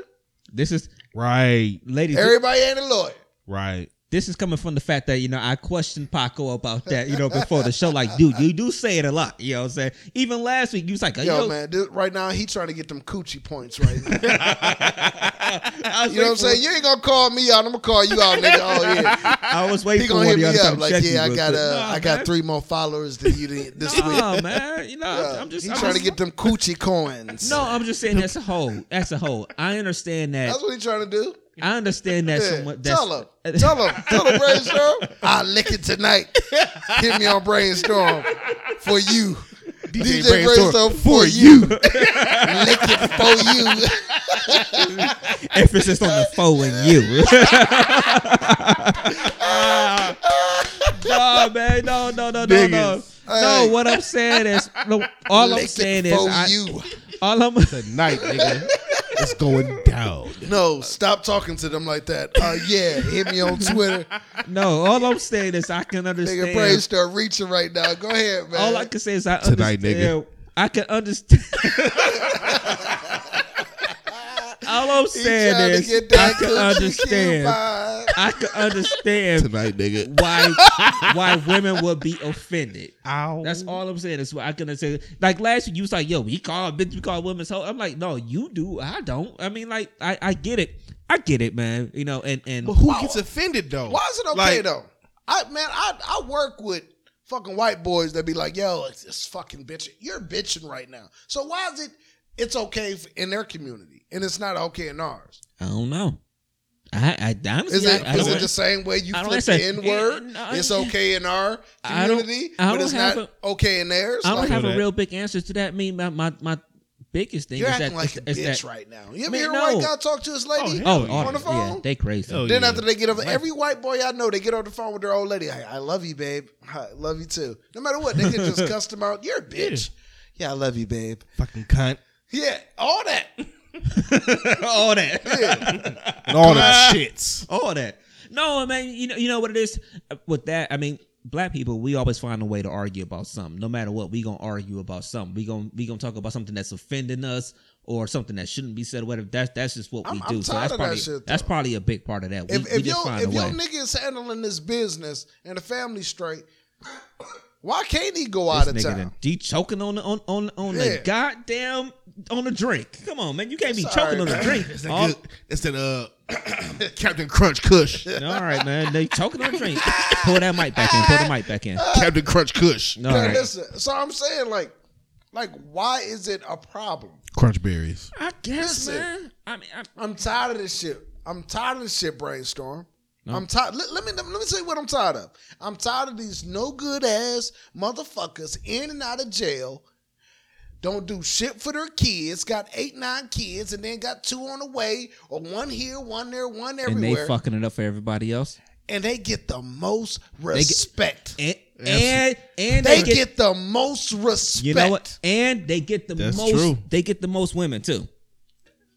A: This is,
B: Right.
A: ladies.
C: Everybody ain't a lawyer.
B: Right.
A: this is coming from the fact that you know I questioned Paco about that. You know, before the show, like, dude, you do say it a lot. You know what I'm saying? Even last week, you was like,
C: Yo,
A: yo,
C: man, this, right now he trying to get them coochie points right
A: <laughs>
C: now.
A: I was
C: You know
A: <laughs>
C: what I'm
A: waiting
C: saying? You ain't gonna call me out. I'm gonna call you out, nigga. Oh
A: <laughs>
C: yeah.
A: for- I was
C: He
A: waiting for
C: gonna
A: one
C: hit
A: of y'all
C: me
A: to
C: up
A: come
C: like,
A: check you
C: yeah, I
A: real
C: got
A: quick.
C: uh,
A: Nah,
C: I got
A: man.
C: three more followers than you did this week.
A: Nah, man. You know,
C: Uh,
A: I'm just
C: he
A: I'm
C: trying
A: just-
C: to get them coochie coins.
A: No, I'm just saying that's a whole. That's a whole. I understand that.
C: that's what he trying to do.
A: I understand that.
C: Yeah,
A: Someone, that's, <laughs>
C: tell him, tell him, tell him, brainstorm. I lick it tonight. Hit me on brainstorm for you, DJ, brainstorm, for
A: <laughs>
C: you. lick it for you.
A: emphasis on the foe and you. <laughs> no, man. No, no, no, no, no. No,
C: Hey.
A: what I'm saying is, no, all I'm
C: lick
A: saying
C: it
A: is,
C: for
A: I,
C: you.
A: all I'm, <laughs>
B: Tonight, nigga. <laughs> it's going down.
C: No, stop talking to them like that. Uh, yeah, hit me on Twitter.
A: no, all I'm saying is, I can
C: Nigga,
A: understand.
C: brainstorm reaching right now. Go ahead, man.
A: All I can say is, I
B: Tonight,
A: understand
B: nigga.
A: I can understand. <laughs> All I'm
C: He
A: saying
C: tried to
A: is,
C: get
A: I
C: that
A: can
C: coochie
A: understand.
C: coupon.
A: I can understand
B: tonight, nigga.
A: why why women would be offended.
B: Ow.
A: That's all I'm saying. That's what I can say. Like last week, you was like, "Yo, we call bitch, we call women's hoe." I'm like, "No, you do. I don't. I mean, like, I, I get it. I get it, man. You know, and and
B: But who
C: Why-
B: gets offended though?
C: Why is it okay
B: Like,
C: though? I man, I I work with fucking white boys that be like, yo, it's this fucking bitch. You're bitching right now. So why is it it's okay f- in their community and it's not okay in ours?
A: I don't know. I, I honestly,
C: Is it
A: I, I
C: is
A: don't-
C: it the same way you
A: I don't
C: flip the
A: understand.
C: N word?
A: Yeah, no,
C: It's
A: I-
C: okay in our
A: I don't-
C: community,
A: I
C: but
A: don't
C: it's
A: have
C: not okay in theirs.
A: I don't
C: Like,
A: have
B: that.
A: a real big answer to that. I mean, my my, my biggest thing
C: you're
A: is
C: acting
A: that,
C: like
A: is,
C: a
A: is
C: bitch
A: that
C: right now. You ever
A: Man,
C: hear a
A: no.
C: white guy talk to his lady?
B: hell
A: oh,
B: Yeah.
A: all
C: On the
A: yeah,
C: phone?
A: they crazy.
B: Hell
C: Then
B: yeah.
C: after they get up,
A: Right.
C: every white boy I know, they get on the phone with their old lady. I, I love you, babe. I love you too. No matter what, they
A: <laughs>
C: can just cuss them out. You're a bitch. Yeah. I love you, babe.
B: fucking cunt
C: Yeah, all that.
A: <laughs> all that.
C: Yeah.
B: and all that <laughs> shits.
A: <laughs> all that. No, I mean, you know, you know what it is with that. I mean, black people, we always find a way to argue about something. No matter what, we gonna argue about something. We gonna we gonna talk about something that's offending us or something that shouldn't be said. Or whatever. That's that's just what we
C: I'm- I'm
A: do. so
C: tired
A: that's
C: of that
A: probably
C: shit,
A: that's
C: though.
A: probably a big part of that. We,
C: If,
A: we
C: if your
A: just find a
C: if your
A: way.
C: nigga is handling this business and the family straight, why can't he go out
A: This nigga
C: of
A: done
C: town?
A: de- choking on the on on on
C: Yeah.
A: the goddamn on the drink. Come on, man, you can't be
C: It's
A: choking on the
C: alright,
A: drink.
B: It's that
A: All-
B: good. It's that <coughs> uh, Captain Crunch Kush.
A: <laughs> all right, man, they choking on the drink. Pull that mic back in. Pull the mic
C: <laughs>
A: back in. All
B: Captain Crunch Kush.
C: Now,
A: right,
C: listen, so I'm saying like, like why is it a problem?
B: Crunch berries.
A: I guess,
C: Listen.
A: man. I mean, I,
C: I'm tired of this shit. I'm tired of this shit, brainstorm. I'm tired. Let, let me let me tell you what I'm tired of. I'm tired of these no good ass motherfuckers in and out of jail. Don't do shit for their kids. Got eight, nine kids, and then got two on the way, or one here, one there,
A: and
C: one
A: they
C: everywhere, and they,
A: fucking it up for everybody else.
C: get the most respect.
A: And and, and
C: they, get, the most respect.
A: you know what? And they get the
B: That's
A: most.
B: true.
A: They get the most women too.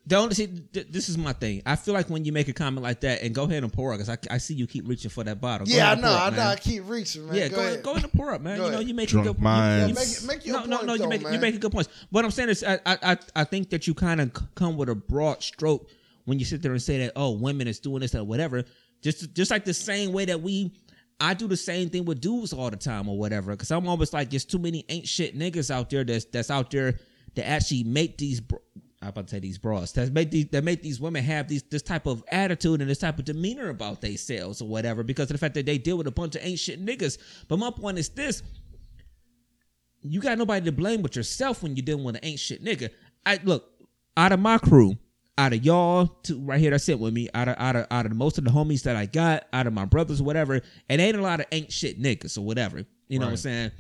A: The only see, th- this is my thing. I feel like when you make a comment like that, and go ahead and pour up, because I, I see you keep reaching for that bottle. Go
C: Yeah, I
A: ahead and
C: know.
A: pour
C: I
A: up,
C: know.
A: man.
C: I keep reaching, man.
A: yeah,
C: go,
A: go ahead.
C: ahead.
A: go ahead and pour up, man.
C: Go
A: you know,
C: ahead.
A: you make
B: Drunk
A: a good
B: minds.
A: You,
C: Yeah, make- make your
A: no, no,
C: point,
A: no.
C: though,
A: you make you
C: man.
A: make a good point. What I'm saying is, I I I, I think that you kind of come with a broad stroke when you sit there and say that oh, women is doing this or whatever. Just just like the same way that we. I do the same thing with dudes all the time or whatever, because I'm always like, there's too many ain't shit niggas out there that's that's out there that actually make these. Bro- I'm about to say these bras that make these that make these women have these this type of attitude and this type of demeanor about themselves or whatever because of the fact that they deal with a bunch of ain't shit niggas. But my point is this: you got nobody to blame but yourself when you're dealing with an ain't shit nigga. I look out of my crew, out of y'all two right here that sit with me, out of out of out of most of the homies that I got, out of my brothers, whatever. It ain't a lot of ain't shit niggas or whatever. You know what I'm
B: Right.
A: saying?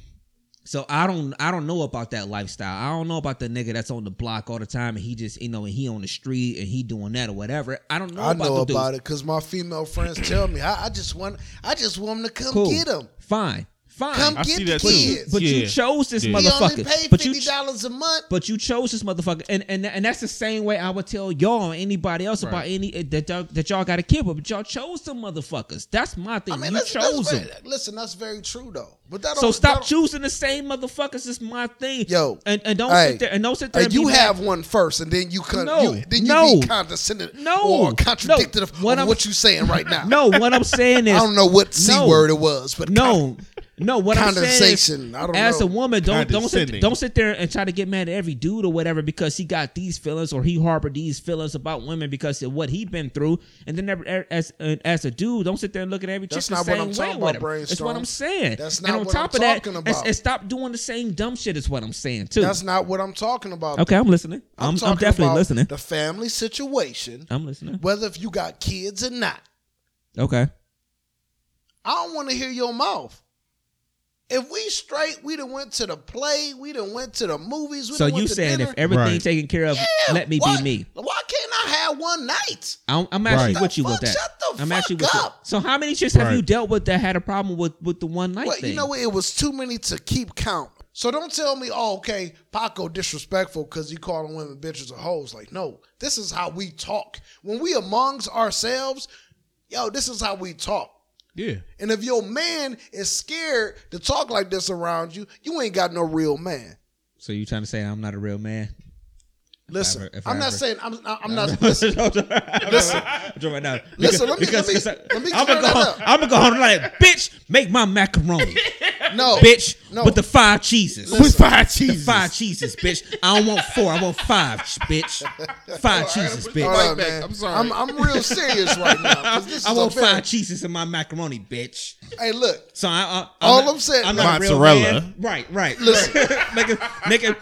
A: So I don't I don't know about that lifestyle. I don't know about the nigga that's on the block all the time and he just you know and he on the street and he doing that or whatever. I don't know
C: I
A: about
C: know
A: the
C: about it because my female friends tell me. I, I just want, I just want them to come
A: Cool.
C: get them.
A: Fine. Fine.
C: Come
B: I
C: get
B: see
C: the
B: that too.
C: kids.
A: but you
B: Yeah.
A: chose this
B: Yeah.
C: we only
A: motherfucker.
C: pay
A: but you
C: fifty dollars a month.
A: But you chose this motherfucker, and and and that's the same way I would tell y'all or anybody else about
B: Right.
A: any that y'all, that y'all got a kid with. But y'all chose them motherfuckers. That's my thing.
C: I mean,
A: you
C: that's,
A: chose
C: that's
A: them.
C: very, listen, that's very true though. But that
A: So
C: don't,
A: stop
C: that don't-
A: choosing the same motherfuckers. Is my thing.
C: Yo,
A: and and don't
C: hey,
A: sit there and don't sit there.
C: Hey,
A: and
C: you
A: be
C: have one first, and then you con-
A: No,
C: you, then you
A: no,
C: be condescending
A: no,
C: or
A: no.
C: contradictory of
A: What
C: what,
A: I'm-
C: what you saying right now.
A: mad. No, what I'm saying is
C: <laughs> I don't know what c
A: No.
C: word it was, but
A: no,
C: con-
A: no. What I'm saying is,
C: Condensation. I don't
A: as
C: know.
A: a woman, don't don't sit,
B: Condescending.
A: don't sit there and try to get mad at every dude or whatever because he got these feelings or he harbored these feelings about women because of what he been through. And then every- er, as uh, as a dude, don't sit there and look at every chick
C: That's
A: the
C: not what
A: same
C: I'm
A: way
C: talking
A: or
C: about,
A: whatever. That's
C: Brainstorm.
A: what I'm saying.
C: That's
A: and
C: not
A: on
C: what
A: top
C: I'm
A: of that,
C: talking
A: and-
C: about.
A: and stop doing the same dumb shit. Is what I'm saying too.
C: that's not what I'm talking about.
A: okay, I'm listening. I'm,
C: I'm,
A: I'm,
C: talking
A: definitely
C: about
A: listening.
C: The family situation,
A: I'm listening.
C: whether if you got kids or not.
A: Okay.
C: I don't want to hear your mouth. If we straight, we done went to the play, we done went to the movies. We
A: So
C: done went
A: you
C: to
A: saying
C: dinner.
A: if everything
B: Right.
A: taken care of,
C: Yeah,
A: let me
C: why-
A: be me.
C: Why can't I have one night?
A: I'm, I'm actually
B: Right.
A: with you with
C: Fuck,
A: that.
C: shut the
A: I'm
C: fuck
A: actually with
C: up.
A: You. So how many chicks have
B: Right.
A: you dealt with that had a problem with with the one night
C: Well,
A: thing?
C: you know what? It was too many to keep count. So don't tell me, oh, okay, Paco disrespectful because you calling women bitches or hoes. Like, no, this is how we talk. When we amongst ourselves, yo, this is how we talk.
B: Yeah.
C: And if your man is scared to talk like this around you, you ain't got no real man.
A: So you trying to say I'm not a real man? <laughs>
C: Listen,
A: ever- if I
C: I'm not
A: ever-
C: saying I'm, I'm
A: <laughs>
C: not.
A: listen,
C: Listen.
A: right now.
C: Listen, let me-
A: because,
C: let me-
A: because
C: let me
A: I'm gonna go
C: clear that
A: home.
C: up.
A: I'm gonna go home and like, bitch, make my macaroni,
C: <laughs> No,
A: bitch,
C: No.
A: with the five cheeses.
B: With five cheeses.
A: Five cheeses, bitch. I don't want four. I want five,
C: <laughs>
A: bitch. Five cheeses,
B: put
A: bitch.
B: you
C: Hold
B: Right
C: on,
B: back.
C: man.
B: I'm sorry.
C: I'm, I'm real serious right now.
A: <laughs>
C: 'cause This is
A: I want
C: a very-
A: five cheeses in my macaroni, bitch.
C: Hey, look.
A: So I, I, I'm
C: All
A: not-
C: I'm saying-
A: I'm not a real
B: Mozzarella.
A: man. Right, right.
C: Listen.
A: <laughs> make it, make it,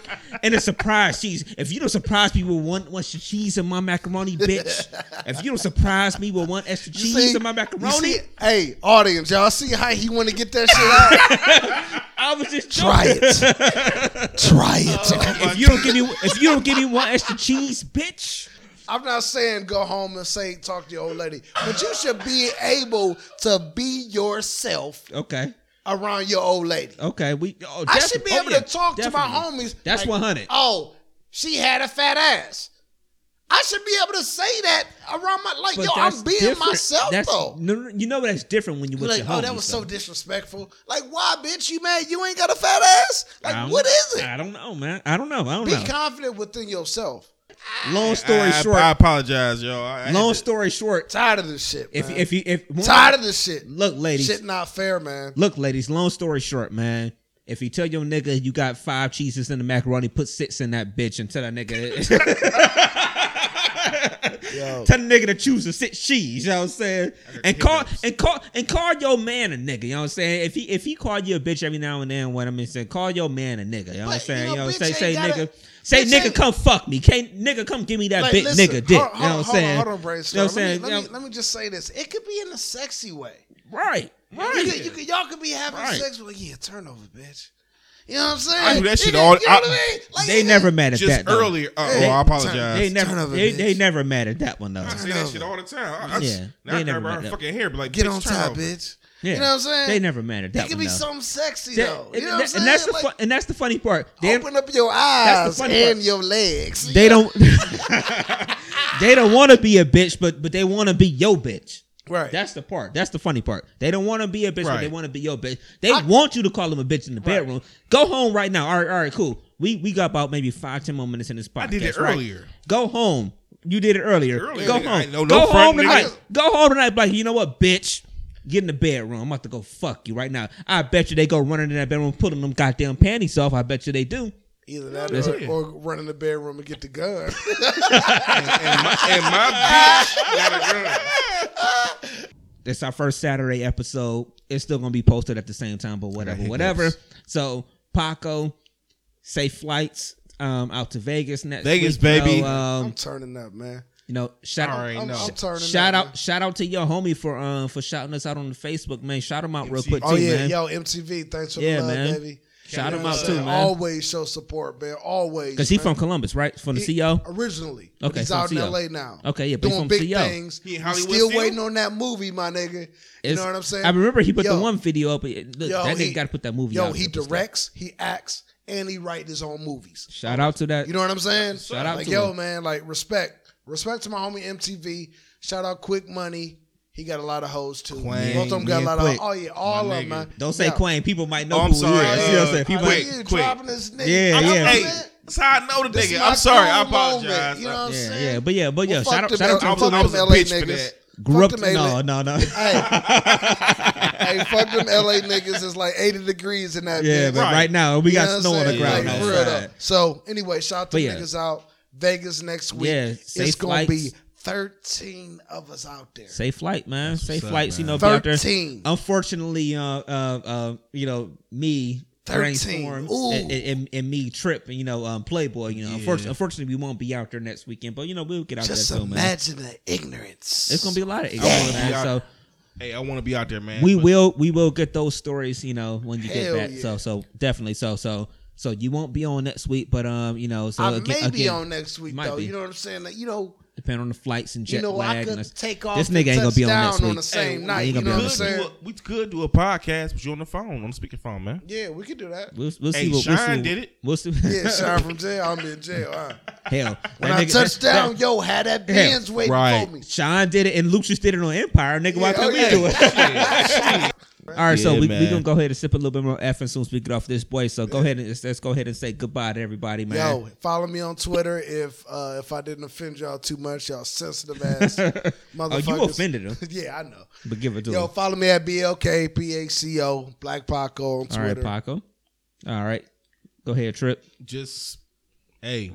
A: and a surprise cheese. If you don't surprise me with one extra cheese in my
C: <laughs>
A: macaroni, bitch. If you don't surprise me with one extra
C: You
A: cheese
C: see-
A: in my macaroni,
C: you see- hey, audience, y'all see how he want to get
A: <laughs>
C: that shit out?
A: I was just
C: Try
A: joking. <laughs>
C: it. Try it.
A: If you don't give me, if you don't give me one extra cheese, bitch.
C: <laughs> I'm not saying go home and say talk to your old lady, but you should be able to be yourself
A: Okay,
C: around your old lady.
A: okay. We. Oh,
C: I should
A: defi-
C: be
A: oh,
C: able
A: yeah,
C: to talk to my
A: definitely.
C: homies.
A: That's
C: like,
A: 100.
C: Oh, she had a fat ass. I should be able to say that around my like,
A: But
C: yo, I'm
A: that's
C: being
A: different.
C: myself
A: That's-
C: though.
A: No, no, you know that's different when you with
C: Like,
A: your
C: oh, that
A: homies,
C: was
A: though.
C: so disrespectful. Like, why, bitch? You mad? You ain't got a fat ass?
A: I
C: Like,
A: don't-
C: what is it?
A: I don't know, man. I don't know. I don't
C: Be
A: know.
C: confident within yourself.
A: Long story
B: I,
A: short,
B: I apologize, yo. I, I had
A: long
B: to-
A: story short,
C: Tired of this shit.
A: if
C: man.
A: if you if one-
C: Uh, tired of this shit.
A: look, ladies,
C: Shit not fair, man.
A: look, ladies. Long story short, man. If you tell your nigga you got five cheeses in the macaroni, put six in that bitch and tell that nigga.
C: Yo.
A: Tell the nigga to choose the six cheese, you know what I'm saying? And call and call and call your man a nigga, you know what I'm saying? If he if he called you a bitch every now and then, what I'm saying, call your man a nigga, you know what I'm
C: But,
A: saying?
C: you
A: You
C: know,
A: know,
C: bitch
A: say
C: ain't
A: say
C: gotta-
A: nigga, say
C: bitch
A: nigga,
C: ain't-
A: come fuck me, can't nigga, come give me that big
C: listen,
A: nigga dick,
C: hold-
A: you know what I'm
C: hold- hold on,
A: saying?
C: Hold on,
A: You know
C: brainstorm.
A: what I'm saying?
C: Let, me,
A: You
C: let,
A: know-
C: me, let me just say this. It could be in a sexy way.
A: Right,
C: You
A: right.
C: could, you could, y'all could be having
A: Right.
C: sex with yeah, turn over, bitch. You know what I'm saying?
B: I do that
C: You
B: shit
C: could-
B: all-
C: You know
B: I-
C: what I mean? Like,
A: they
C: it-
A: never mad at
B: Just
A: that. though.
B: earlier. Uh, oh,
C: Hey,
B: I
A: They
B: apologize.
A: never
C: Turn over,
A: they, they
C: bitch.
A: never mad at that one though.
B: I say that shit all the time. I, I,
A: Yeah,
B: yeah,
A: they
B: now I
A: never
B: grab her
A: met up.
B: fucking hair, but like,
C: Get
B: bitch,
C: on
B: turn
C: top,
B: over.
C: bitch.
A: Yeah.
C: You know what I'm saying?
A: They never mad at that
C: It could
A: one
C: be
A: though.
C: something sexy
A: That-
C: though. You know what I'm
A: and,
C: saying?
A: and that's the
C: Like,
A: fu- and that's the funny part. They,
C: open up your
A: That's the
C: eyes
A: funny part.
C: and your legs.
A: they don't <laughs>
C: <laughs>
A: they don't want to be a bitch, but but they want to be your bitch.
C: right.
A: That's the part. That's the funny part. They don't want to be a bitch, but they
B: Right.
A: want to be your bitch. They want you to call them a bitch in the bedroom. Go home right now. All right, all right, cool. We we got about maybe five ten more minutes in this podcast.
B: I did it
A: right?
B: earlier.
A: Go home. You did it earlier.
B: Earlier.
A: Go
B: Nigga, I
A: home.
B: ain't no-
A: go
B: no front,
A: home
B: nigga.
A: tonight.
B: I just-
A: Go home tonight. Like you know what, bitch. Get in the bedroom. I'm about to go fuck you right now. I bet you they go running in that bedroom, pulling them goddamn panties off. I bet you they do.
C: Either that
B: That's
C: or,
B: it.
C: or run in the bedroom and get the gun. <laughs>
B: And my, <laughs> and my bitch got a gun.
A: It's our first Saturday episode. It's still gonna be posted at the same time, but whatever,
B: hiccups.
A: whatever. So Paco, safe flights um, out to Vegas next.
B: Vegas,
A: week, you
B: baby.
A: know,
C: I'm
A: um,
C: turning up, man.
A: you know, shout
B: All
A: out,
B: right,
C: I'm,
B: no.
C: I'm turning
A: shout
C: up,
A: out,
C: man.
A: shout out to your homie for um for shouting us out on the Facebook, man. Shout him out real quick too,
C: Oh yeah,
A: man.
C: yo, MTV. Thanks for
A: Yeah,
C: the love,
A: man.
C: baby.
A: Shout
C: You
A: him
C: know
A: out
C: what I'm
A: too,
C: saying?
A: man.
C: Always show support, man. Always.
A: Because he
C: man.
A: from Columbus, right? From the CO.
C: originally.
A: Okay,
C: Okay, he's
A: from
C: out in
A: CO.
C: L.A. now.
A: Okay, yeah, but he's
C: doing
A: from
C: big
A: CO.
C: things.
B: He in
C: He's
B: Hollywood
C: still
B: still?
C: waiting on that movie, my nigga. You
A: It's-
C: know what I'm saying?
A: I remember he put the
C: Yo,
A: one video up. It- Look,
C: yo,
A: that
C: he-
A: nigga got to put that movie.
C: Yo,
A: out
C: he
A: It was-
C: directs, he acts, and he writes his own movies.
A: Shout out to that.
C: You know what I'm saying?
A: Shout out
C: like,
A: to
C: yo,
A: him.
C: man, like respect, respect to my homie MTV. Shout out Quick Money. He got a lot of hoes too.
B: Quang,
C: Both of them got a
B: me
C: lot
B: and
C: of.
B: Quick.
C: Oh yeah, all
B: My
C: of them.
B: nigga.
C: Man.
A: Don't say
C: Yo,
A: Quang. People might know.
B: Oh, I'm
A: who he
B: sorry.
A: is. You know what I'm saying?
B: Uh,
A: People-
C: I know
B: Quick,
C: you
B: Quick.
C: dropping this nigga.
A: Yeah,
C: I'm
A: <laughs> yeah.
C: like,
B: Hey,
C: man,
B: that's how I know the
C: this is
B: nigga.
C: my
B: I'm sorry. I
C: cool moment,
B: apologize.
C: you know what I'm
A: Yeah,
C: saying?
A: yeah, but yeah, but yeah.
C: Well,
A: shout
C: fuck
A: out, shout
C: them
A: out to
B: I
C: L-
B: was,
C: fuck
B: I was a
C: them LA
B: bitch for
C: niggas.
B: that.
A: grew
C: fuck
A: up.
C: them
A: No, no,
C: <laughs>
A: no.
C: Hey,
A: <laughs>
C: hey, fuck them LA niggas. It's like 80 degrees in that.
A: Yeah,
C: bitch.
A: but
B: Right.
A: right now we
C: You know
A: got
C: what I'm
A: snow on the
C: saying?
A: ground
C: Like,
B: Yeah.
C: for real
A: outside.
C: though. So anyway, shout out to
A: But yeah.
C: niggas out Vegas next week.
A: Yeah, safe
C: it's gonna be
A: flights.
C: 13 of us out there.
A: Safe flight, man. Safe
B: what's up,
A: flights. You
B: man.
A: know, be out there.
C: 13.
A: Unfortunately, uh, uh, uh, you know, me.
C: 13.
A: Brainstorm
C: Ooh.
A: and, and, and me trip and you know um Playboy you know unfortunately, unfortunately we won't be out there next weekend but you know we'll get out
C: Just
A: there soon man
C: imagine the ignorance.
A: it's gonna be a lot of ignorance,
B: gonna be
A: man
B: out
A: so
B: Hey, I want to be out there, man.
A: we
B: but
A: will we will get those stories you know when you get
C: Hell
A: back
C: yeah.
A: so so definitely so so so you won't be on next week but um you know so
C: I
A: again,
C: may be
A: again,
C: on next week
A: might
C: though.
A: be.
C: You know what I'm saying? Like, you know,
A: depending on the flights and jet
C: you know, I
A: lag and
C: could
A: this,
C: take off.
A: this
C: and
A: nigga ain't gonna be on next
C: touch down
A: week
C: the same
A: Hey,
C: night.
A: he ain't
C: You
A: gonna
C: know
A: be
C: what
A: on
C: I'm
A: next
B: could do
C: saying?
B: a- we could do a podcast, but you on the phone, on the speakerphone, man.
C: Yeah, we could do that.
A: we'll, we'll see
B: Hey,
A: what we'll see
B: Shine
A: what-
B: did it.
A: we'll see <laughs>
C: Yeah, shine from jail. I'm in jail. all right.
A: hell
C: When
A: that
C: I
A: nigga-
C: touch
A: that-
C: down,
A: that-
C: yo, had that
A: Hell,
C: Benz waiting
B: right.
C: for me.
A: Sean did it and Lucius did it on Empire nigga why
C: Yeah,
A: can't
C: <laughs> oh,
A: we do
C: yeah.
A: it All right, so
B: Yeah,
A: we we
B: man.
A: gonna go ahead and sip a little bit more F and soon as we get off this boy. So go ahead and let's, let's go ahead and say goodbye to everybody, man.
C: Yo, follow me on Twitter if uh, if I didn't offend y'all too much, y'all sensitive
A: <laughs>
C: ass
A: oh,
C: motherfuckers.
A: you offended him,
C: <laughs> yeah, I know.
A: but give it to
C: Yo,
A: him.
C: follow me at BLKPACO, Black Paco on
A: All right,
C: Twitter.
A: Paco. All right, go ahead, Trip.
B: Just hey,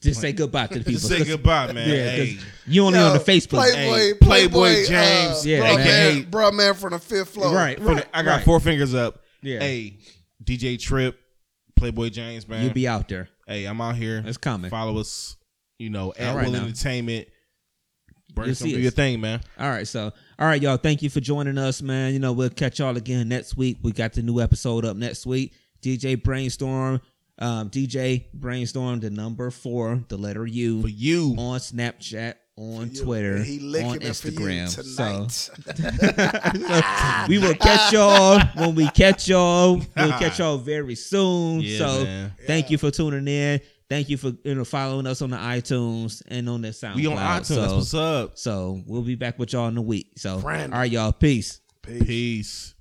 A: Just say goodbye to the people.
B: <laughs> just say
A: 'cause-
B: goodbye,
A: <laughs>
B: man.
A: Yeah,
B: hey,
A: 'cause you only
C: Yo,
A: on the Facebook.
C: Playboy,
B: Hey,
C: Playboy,
B: Playboy
C: James,
B: James,
A: yeah,
C: bro, man,
B: man.
C: bro, man from the fifth floor.
A: Right,
B: from the-
A: right.
B: I got
A: right.
B: four fingers up.
A: Yeah.
B: Hey, DJ Trip, Playboy James, man.
A: You be out there.
B: hey, I'm out here.
A: It's coming.
B: Follow us, you know, at
A: right
B: Will
A: now.
B: Entertainment. Bring
A: You'll
B: some
A: see
B: do
A: us.
B: your thing, man.
A: All right, so all right, y'all. Thank you for joining us, man. You know we'll catch y'all again next week. We got the new episode up next week. DJ Brainstorm, um, DJ Brainstorm, the number four, the letter U,
B: For you,
A: on Snapchat, on
C: You-
A: Twitter,
C: He licking
A: on
C: it for you
A: Instagram.
C: tonight. <laughs>
A: So <laughs> we will catch y'all when we catch y'all. We'll catch y'all very soon.
B: Yeah,
A: so
B: man.
A: thank you for tuning in. Thank you for you know following us on the iTunes and on the SoundCloud.
B: we on iTunes. That's
A: So-
B: what's up.
A: so we'll be back with y'all in a week. So,
C: Brandon.
A: all right, y'all. Peace.
C: Peace.
B: Peace.